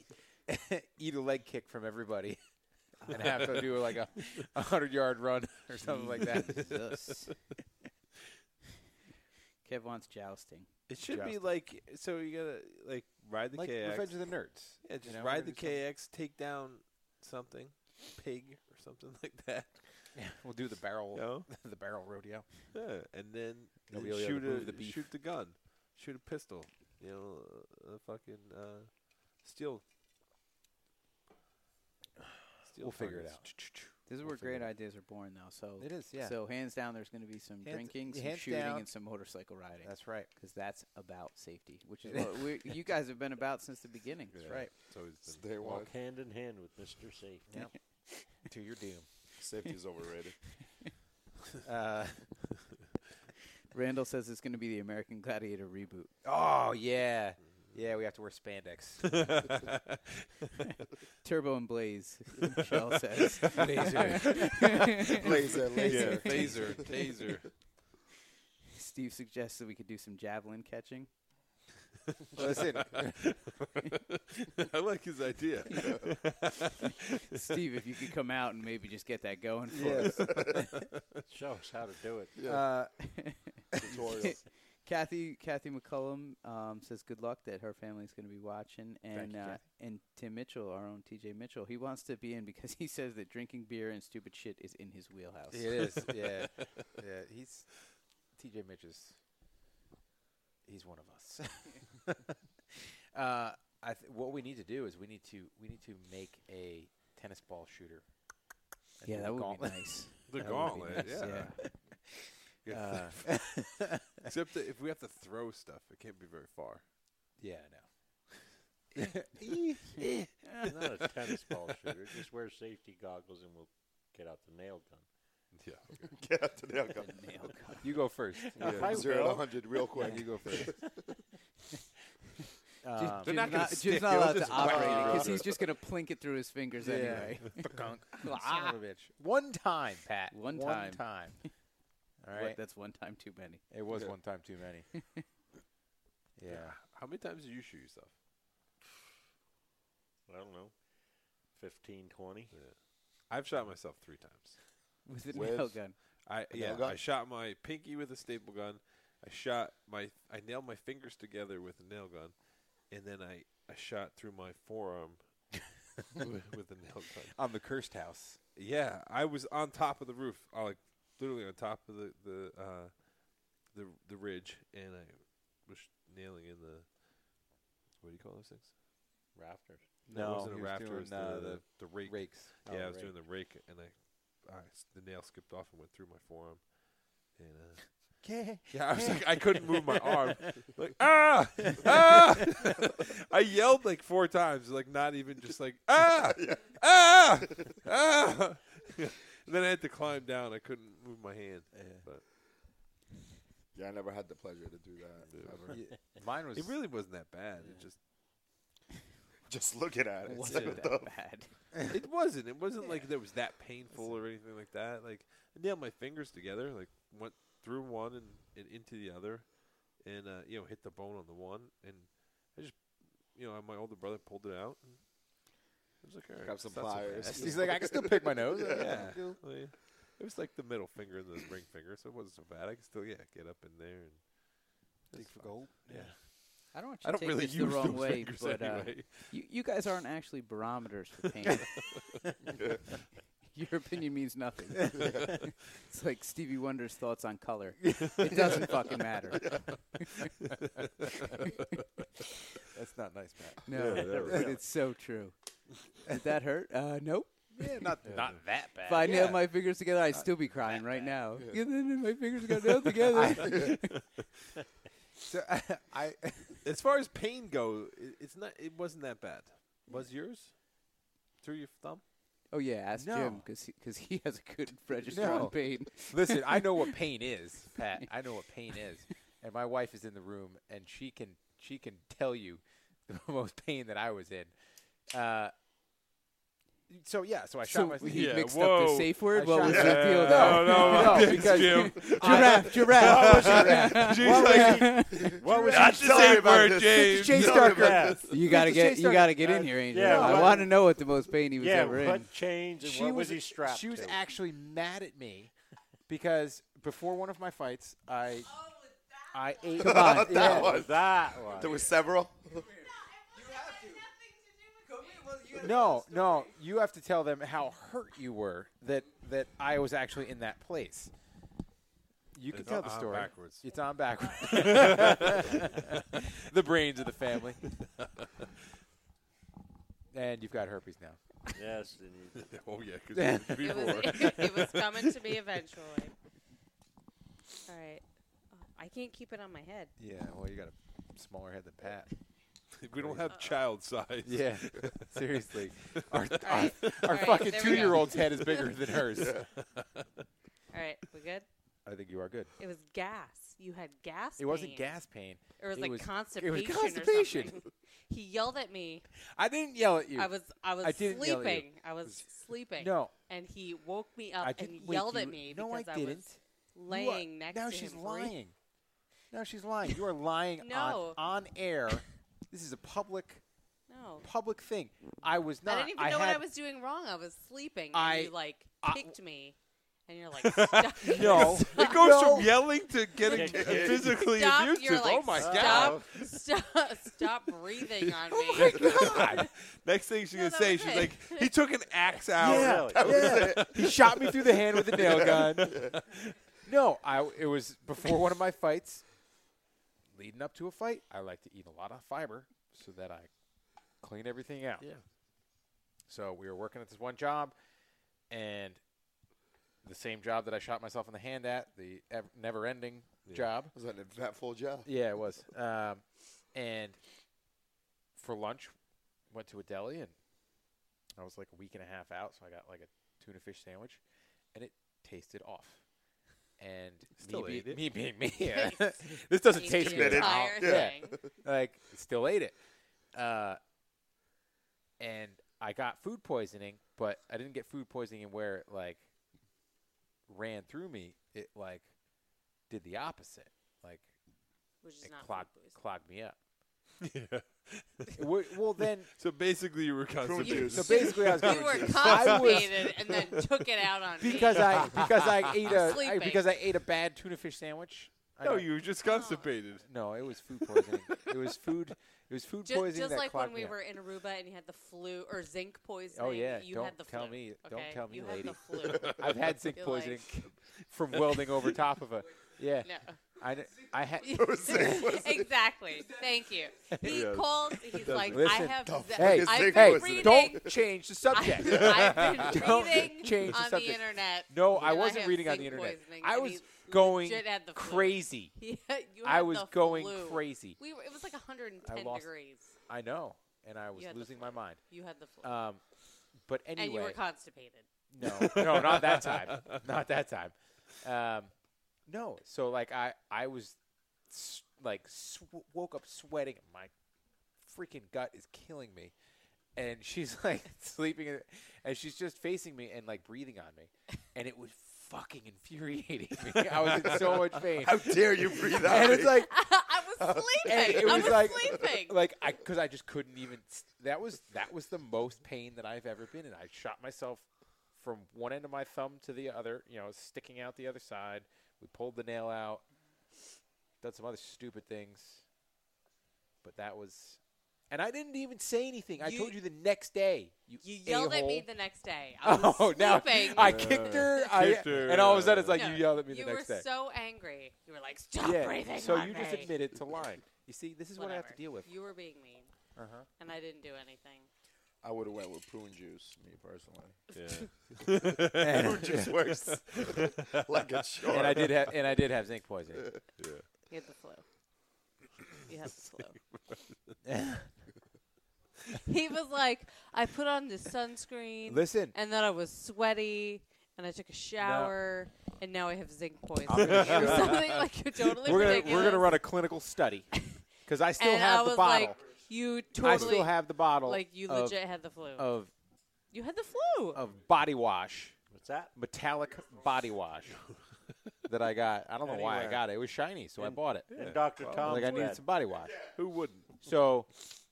eat a leg kick from everybody, and have to do like a, a hundred yard run or something like
Jesus.
that.
Kev wants jousting.
It should be like so you gotta like ride the
Like
KX.
Revenge of the Nerds,
Yeah,
you
just
know,
ride the
we're gonna
KX, take down something, pig or something like that.
we'll do the barrel,
No?
the barrel rodeo.
Yeah, and then,
You'll
then
be able to
shoot
move
a
the beef.
shoot the gun, shoot a pistol, you know, uh, fucking uh, steel.
We'll figure it out. This is where great ideas are born, though. So
It is, yeah.
So hands down, there's going to be some
Hands-
drinking, some
hands
shooting,
down.
and some motorcycle riding.
That's right.
Because that's about safety, which is what we, you guys have been about since the beginning.
That's right.
Walk hand in hand with Mr. Safety.
Yep. to your doom.
Safety's overrated.
Uh, Randall says it's going to be the American Gladiator reboot.
Oh yeah, yeah. We have to wear spandex.
Turbo and Blaze, Shell says.
Yeah, phaser, taser.
Steve suggests that we could do some javelin catching.
Listen.
I like his idea.
Steve, if you could come out and maybe just get that going for
Yes.
us.
Show us how to do it.
Uh,
Tutorial.
Kathy Kathy McCullum um, says good luck that her family's going to be watching, and
you,
uh, and Tim Mitchell, our own T.J. Mitchell, he wants to be in because he says that drinking beer and stupid shit is in his wheelhouse.
It is. Yeah, yeah. He's T.J. Mitch's. He's one of us. uh, I th- what we need to do is we need to we need to make a tennis ball shooter. And
Yeah,
do
that
the
would be
gauntlet.
nice.
The
That would be
gauntlet,
nice,
yeah. Yeah.
Uh,
Except that if we have to throw stuff, it can't be very far.
Yeah,
I
He's not a tennis ball shooter. Just wear safety goggles and we'll get out the nail gun.
Yeah.
Get out the nail gun.
You go first.
Yeah,
I
zero to
will.
100 real quick.
You go first.
Jim-
Um,
Jim's
gonna
not,
stick.
Jim's not
It'll
allowed to
just
operate
whack
it because
you.
he's just going to plink it through his fingers
Yeah.
anyway. ah,
Ba-gunk. Son of a bitch. One time, Pat.
One
One
time.
time. All
What-
right.
that's one time too many.
It was one time too many. yeah.
How many times do you shoot yourself?
I don't know. 15, 20.
I've shot myself three times.
With a nail gun.
I
A
yeah.
nail gun?
I shot my pinky with a staple gun. I shot my I nailed my fingers together with a nail gun, and then I I shot through my forearm wi- with a nail gun
on the cursed house.
Yeah, I was on top of the roof, I, like literally on top of the the uh, the the ridge, and I was nailing in the what do you call those things?
Rafters.
No,
No,
it wasn't
he
a
was
rafter. It
doing,
was the,
uh,
the,
the
the rake.
rakes.
Yeah,
Oh,
I was
rake.
doing the rake, and I, I s- the nail skipped off and went through my forearm. And uh, yeah, I was like, I couldn't move my arm. Like ah, ah! I yelled like four times, like not even just like ah, ah, ah. and then I had to climb down. I couldn't move my hand. But
Yeah, I never had the pleasure to do that. Ever.
Mine was.
It really wasn't that bad. It just
Just looking at it.
Wasn't
It's
that
Oh.
dumb.
bad. it wasn't. It wasn't like that was that painful or anything like that. Like I nailed my fingers together, like went through one and, and into the other, and uh, you know hit the bone on the one, and I just you know my older brother pulled it out. And I was like, all right,
Grab some
it's not so
pliers.
bad.
He's like, I can still pick my nose.
yeah.
Yeah.
Well, yeah. It was like the middle finger and the ring finger, so it wasn't so bad. I could still yeah get up in there and
Dig
it's
for
fine.
gold.
Yeah.
I don't want you
I don't
to take
really
this
use
the wrong
those
way,
fingers
but uh,
anyway.
you, you guys aren't actually barometers for pain. Your opinion means nothing. it's like Stevie Wonder's thoughts on color. It doesn't fucking matter.
That's not nice, Matt.
No,
Yeah, there we
but
go.
it's so true. Did that hurt? Uh, nope.
Yeah, not- not that
If I
bad.
nailed
Yeah. Uh,
my fingers together, I'd still be crying right now.
Yeah.
my fingers got nailed together.
so I, as far as pain go, i- it's not. It wasn't that bad. Was yours through your thumb?
Oh yeah, ask
No.
Jim because because he, has a good register on pain.
Listen, I know what pain is, Pat. I know what pain is, and my wife is in the room, and she can she can tell you the most pain that I was in. Uh, so yeah, so I
So
shot myself.
he Yeah, mixed up the whoa. safe word? What was the deal
No, no,
there? No,
no,
because-
because
Giraffe, giraffe. She's like,
what was
"Not
he
the
sorry
safe
about
word,
this?"
James. Chase Sorry Starker. about this. You gotta
Mr.
get-
Chase
you
Starker.
gotta get in here, Angel. I wanna know what the most pain he was
yeah,
ever in.
what
changed and
she
what was he strapped
She was
to?
actually mad at me because before one of my fights, I I ate
Come on, that
yeah,
one.
that one.
There were several.
No, no, you have to tell them how hurt you were that that I was actually in that place. You can
It's
tell the
on
story.
backwards.
It's on backwards. the brains of the family. and you've got herpes now.
Yes. And you,
oh yeah,
It was, it, was coming to me eventually. All right. Oh, I can't keep it on my head.
Yeah, well, you got a smaller head than Pat.
we don't have child size.
Yeah, seriously. Our,
All
our,
right. All
our
right,
fucking
there we
two
go.
year old's head is bigger than hers.
All right, we good?
I think you are good.
It was gas. You had gas.
It wasn't
pain.
gas pain.
Or it was
It
like
was- it was
constipation. Or
constipation.
something. he yelled at me.
I didn't yell at you.
I was I was
didn't yell at you.
sleeping. I was sleeping.
No.
And he woke me up
I
and
didn't wake
yelled at
you-
me
No, I
because I, was
didn't. You are-
laying next
now
to
she's
him.
lying. Now she's lying. You are lying
No.
on, on air. This is a public
No.
public thing. I was not.
I didn't even know
had,
what I was doing wrong. I was sleeping.
I-
and you like
I-
kicked me. And you're like, stop.
No.
It goes
No.
from yelling to getting
Kick, kick.
physically
stop.
abusive.
You're like,
oh my
stop,
god.
Stop, stop breathing on
Oh
me.
God. Next thing she's gonna say, she's like, he took an axe out.
Yeah, yeah. he shot me through the hand with a nail gun. No, I. It was before one of my fights. Leading up to a fight, I like to eat a lot of fiber so that I clean everything out.
Yeah.
So we were working at this one job, and the same job that I shot myself in the hand at, the ev- never-ending job.
Was that an eventful job?
Yeah, it was. Um, and for lunch, went to a deli, and I was like a week and a half out, so I got like a tuna fish sandwich, and it tasted off. And
Still
me,
ate it.
me being me, yeah. this doesn't
Ate
taste
the
good at all.
entire
Yeah.
thing.
like still ate it. Uh, and I got food poisoning, but I didn't get food poisoning in where it like ran through me. It like did the opposite. Like
Which is
it
not food
clogged clogged me up.
Yeah.
W- well, then.
So basically, you were constipated.
So basically, I was
You were
I was-
constipated and then took it out on me.
because I because I ate a I,
Sleeping.
because I ate a bad tuna fish sandwich. I
No,
got-
you were
Oh.
just constipated.
No, it was food poisoning. it was food. It was food
Ju- just,
poisoning that
like when
clogged me
we
up.
were in Aruba and you had the flu or zinc poisoning.
Oh yeah,
you
don't
had the
tell
flu,
me,
Okay?
don't tell me,
you
lady.
Had the flu.
I've had zinc
You're
poisoning
like-
from welding over top of a. Yeah,
No.
I, kn- I had
exactly. Thank you. He
Yes.
called. He's like, I
Listen,
have. zi-
hey,
I've
hey,
been
hey,
reading-
don't change the subject.
I've, I've been
don't
reading
change the
on
subject.
internet.
No,
and
Oh, I wasn't
have
reading on the
zinc
internet.
poisoning,
I
and
was
he
going
legit had the flu.
crazy.
Yeah, you
I
had
was
the
going
flu.
crazy.
We were, it was like 110
I lost.
degrees.
I know, and I was
had the
losing my mind.
You had the flu.
Um, but anyway,
and you were constipated.
No, no, not that time. Not that time. Um, no. So like I, I was s- like sw- woke up sweating. My freaking gut is killing me, and she's like sleeping, in- and she's just facing me and like breathing on me, and it was fucking infuriating me. I was in so much pain.
How dare you breathe on
And it's
me.
like
I was
and
sleeping.
it
I
was
was
like,
sleeping.
like I, because I just couldn't even. s- That was that was the most pain that I've ever been in. I shot myself from one end of my thumb to the other. You know, sticking out the other side. We pulled the nail out. Done some other stupid things, but that was. And I didn't even say anything. I
You-
told you the next day. You,
You yelled at me
a-hole.
the next day. I was
oh, now
sleeping.
I kicked her, I,
Kicked her,
and all of a sudden it's
uh,
like you yelled at me the
you
next
were
day.
so angry. You were like, "Stop
yeah.
breathing
so
on
you
me."
just admitted to lying. You see, this is what I have to
Whatever.
deal with.
You were being mean,
Uh-huh.
and I didn't do anything.
I would have went with prune juice, me personally.
Yeah.
prune juice works like a short.
And I did have and I did have zinc poisoning.
You had the flu. You had the flu.
Yeah.
he was like, "I put on this sunscreen.
Listen.
and then I was sweaty." And I took a shower, and now I have zinc poisoning.
I'm gonna
It was
show you.
something like you're totally
we're gonna
ridiculous.
we're gonna run a clinical study because I still
and
have
I
the
was
bottle.
Like, you totally.
I still have the bottle.
Like you
of-
legit had the flu.
of
you had the flu.
of body wash.
What's that?
Metallic body wash that I got. I don't know why I
Anywhere.
got it. It was shiny, so I bought it.
in Yeah. Dr.
Well,
Tom's
like I needed
lab.
some body wash.
Who wouldn't?
So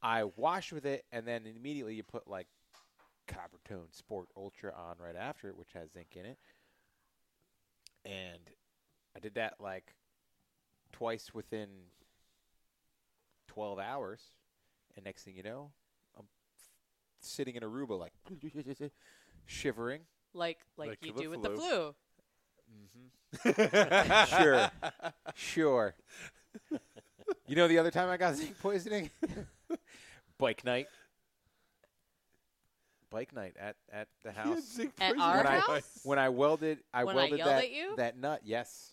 I washed with it, and then immediately you put like Copper Tone Sport Ultra on right after it, which has zinc in it. And I did that like twice within 12 hours. And next thing you know, I'm sitting in Aruba like shivering.
like like,
Like
you
the
do with the
flu.
flu.
sure, sure. You know the other time I got zinc poisoning?
Bike night.
Bike night at, at the house.
zinc At poisoning. our
when I,
house?
when I welded, I
When I
welded
yelled
that,
at you?
that nut. Yes.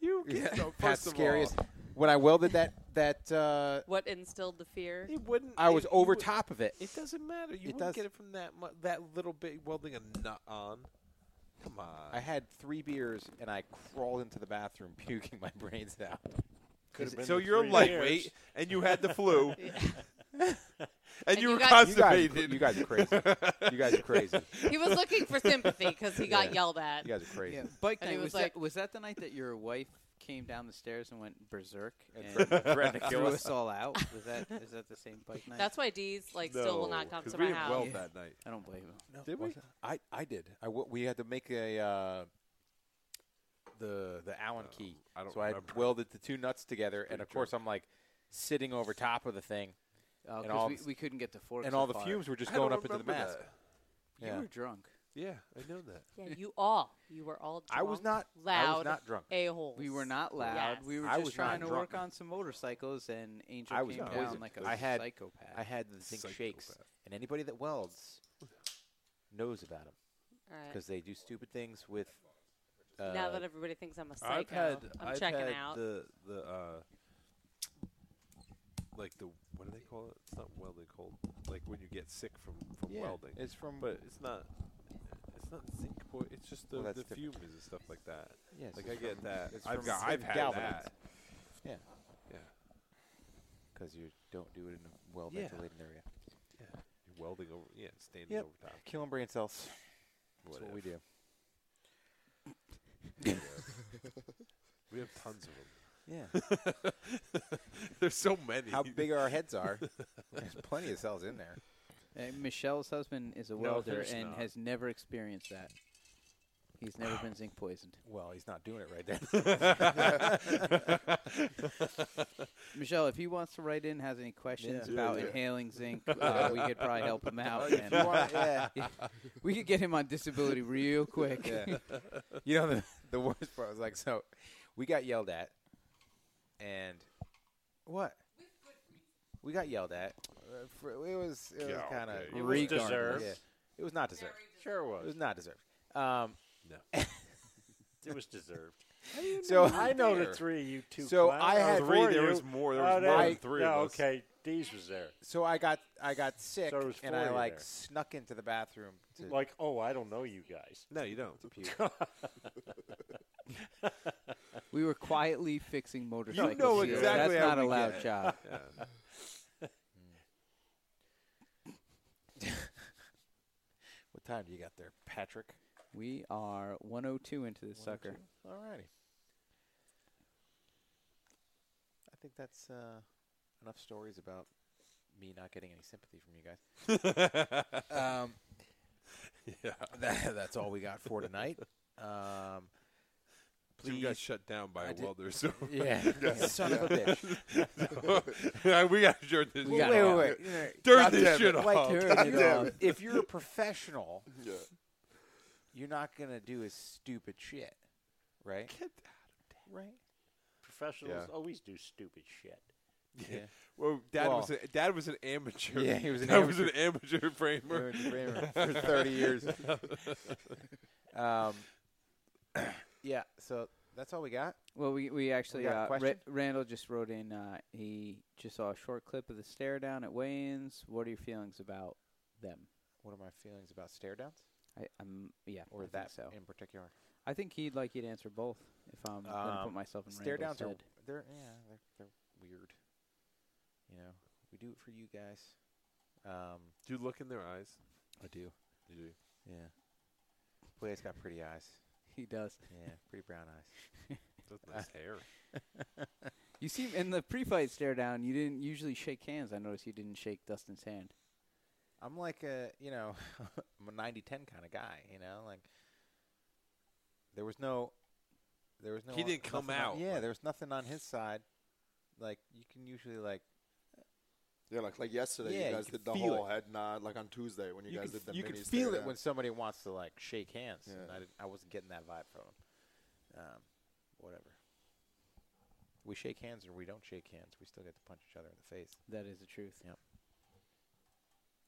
You
Yeah,
can't. No,
Pat's
first of
scariest.
all.
When I welded that that uh,
What instilled the fear?
It wouldn't.
I was
it- you
over
would-
top of it.
It doesn't matter. You
It
wouldn't
does-
get it from that mu- that little bit welding a nut on. Come on.
I had three beers and I crawled into the bathroom puking my brains out.
Could
Is
have
it-
been So the you're three lightweight beers. and you had the flu. Yeah. And And you you were got-
You guys are cr-
constipated.
You guys are crazy. You guys are crazy.
He was looking for sympathy 'cause he got
Yeah.
yelled at.
You guys are crazy.
Yeah, bike
And
night
he
was,
was like-
that, was that the night that your wife came down the stairs and went berserk and
threatened to kill
threw
us.
us all out? Was that is that the same bike night?
That's why Dee's like still will not
No,
come
'cause
to
we
my
didn't
house.
weld that
night. I don't blame him.
Did we? I, I did. I w- we had to make a uh, the the Allen key. I don't so I had welded the two nuts together, and of course I'm like sitting over top of the thing.
Oh,
and
'cause
all
we-
the s-
we couldn't get the forks
And all the
apart.
fumes were just
I
going
don't
up into the
remember
mask.
You were drunk.
Yeah, I know that.
Yeah, you all. You were all. Drunk,
I was not-
loud.
I was not drunk.
A holes.
We were not loud.
Yes.
We were
I
just
was not
trying to
drunk.
work on some motorcycles, and Angel
I was
came down
poisoned.
like a
I had
psychopath.
I had the zinc shakes, and anybody that welds knows about them
Alright.
because they do stupid things with. Uh,
now that everybody thinks I'm a psycho,
I've had
I'm
have
checking
had
out.
the the uh, like the what do they call it? It's not welding cold. Like when you get sick from from
Yeah,
welding.
it's from-
but it's not. It's not zinc point. It's just the,
Well, that's
the
different.
fumes and stuff like that.
Yeah, it's
like I
just
get
from-
that.
it's
I've
from
got. I've
zinc
had
galvanized.
that.
Yeah,
Yeah.
because you don't do it in a well
Yeah.
ventilated area.
You're welding over. Yeah, it's standing
Yep.
over top.
Killing brain cells.
What
That's what we
if?
do.
We have tons of them.
Yeah.
There's so many.
How big our heads are. There's plenty of cells in there.
Uh, Michelle's husband is a
No,
welder
there's
and
not.
has never experienced that. He's never been zinc poisoned.
Well, he's not doing it right then.
Michelle, if he wants to write in, has any questions
Yeah.
about
Yeah.
inhaling zinc, uh, we could probably help him out.
If
and-
you wanna- yeah.
we could get him on disability real quick.
Yeah. you know, the, the worst part was like, so we got yelled at, and what? We got yelled at. Uh, for, it was, it was
Yeah,
kind of
okay. It was deserved.
It was not deserved.
Sure it
It
was.
was not deserved. Um,
No. it was deserved.
so
I know the
there.
three of you two.
So
clowns.
I had
Four of
There
you.
was more. There
Oh,
was more than three of
no,
us.
Okay, Dee's was there.
So I got I got sick
So there was
and
four
I
of you
like
there.
snuck into the bathroom. To
Like, oh, I don't know you guys.
No, you don't.
We were quietly fixing motorcycles.
know
here.
exactly
That's
how
not a
we
loud
get it.
job.
Yeah.
what time do you got there, Patrick?
We are 102 into the sucker.
All righty. I think that's uh, enough stories about me not getting any sympathy from you guys. um,
yeah,
that, that's all we got for tonight. Um,
Jim got
please-
shut down by
I
a
did-
welder. So
yeah, son of a bitch.
bitch. we got to turn this.
Well,
shit
wait,
off.
wait, wait.
Turn
God
this
damn
shit
it.
off.
Like, turn
God
it
damn
off.
it.
If you're a professional,
Yeah.
you're not gonna do his stupid shit, right? Right.
Professionals
Yeah.
always do stupid shit.
Yeah.
Well, Dad
Well-
was a, Dad was an amateur.
Yeah, he was an
Dad
amateur.
was an amateur framer.
Amateur framer for 30 years. um, yeah. So that's all we got.
Well, we, we actually,
got a
uh, Ra-
question?
Randall just wrote in, uh, he just saw a short clip of the stare down at weigh-ins. What are your feelings about them?
What are my feelings about stare downs?
I, I'm, yeah,
Or
I think
that
so.
in particular.
I think he'd like you to answer both if I'm going to
Um,
put myself in
stare
Randall's
downs are
head.
they're yeah they're, they're weird. You know, we do it for you guys. Um,
Do you look in their eyes?
I do.
You do.
Yeah. Blaze got pretty eyes.
He does.
Yeah, pretty brown eyes.
That's nice hair.
You seem in the pre-fight stare down. You didn't usually shake hands. I noticed you didn't shake Dustin's hand.
I'm like a you know, I'm a 90 10 kind of guy. You know, like there was no, there was no.
He
on-
didn't come
nothing on-
out,
yeah,
like-
there was nothing on his side. Like you can usually like.
Yeah, like like yesterday,
Yeah,
you
you
guys
could
did the
feel
whole head nod. Like on Tuesday when you,
You
guys
could-
did the
you
mini
could feel
stare
it
down.
when somebody wants to like shake hands. And
Yeah.
I, didn't, I wasn't getting that vibe from him. Um, whatever. We shake hands or we don't shake hands. We still get to punch each other in the face.
That is the truth.
Yep.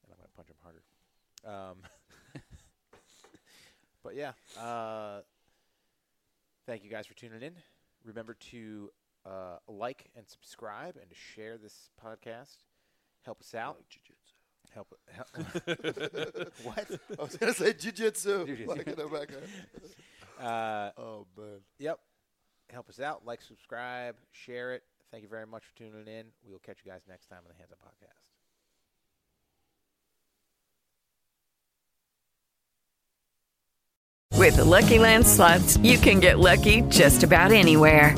And I'm gonna punch him harder. Um, but yeah, uh, thank you guys for tuning in. Remember to uh, like and subscribe and to share this podcast. Help us out. Help. help what?
I was gonna say jiu-jitsu, like in the background.
Uh,
oh man.
Yep. Help us out. Like, subscribe, share it. Thank you very much for tuning in. We will catch you guys next time on the Hands Up Podcast.
With the Lucky Land slots, you can get lucky just about anywhere.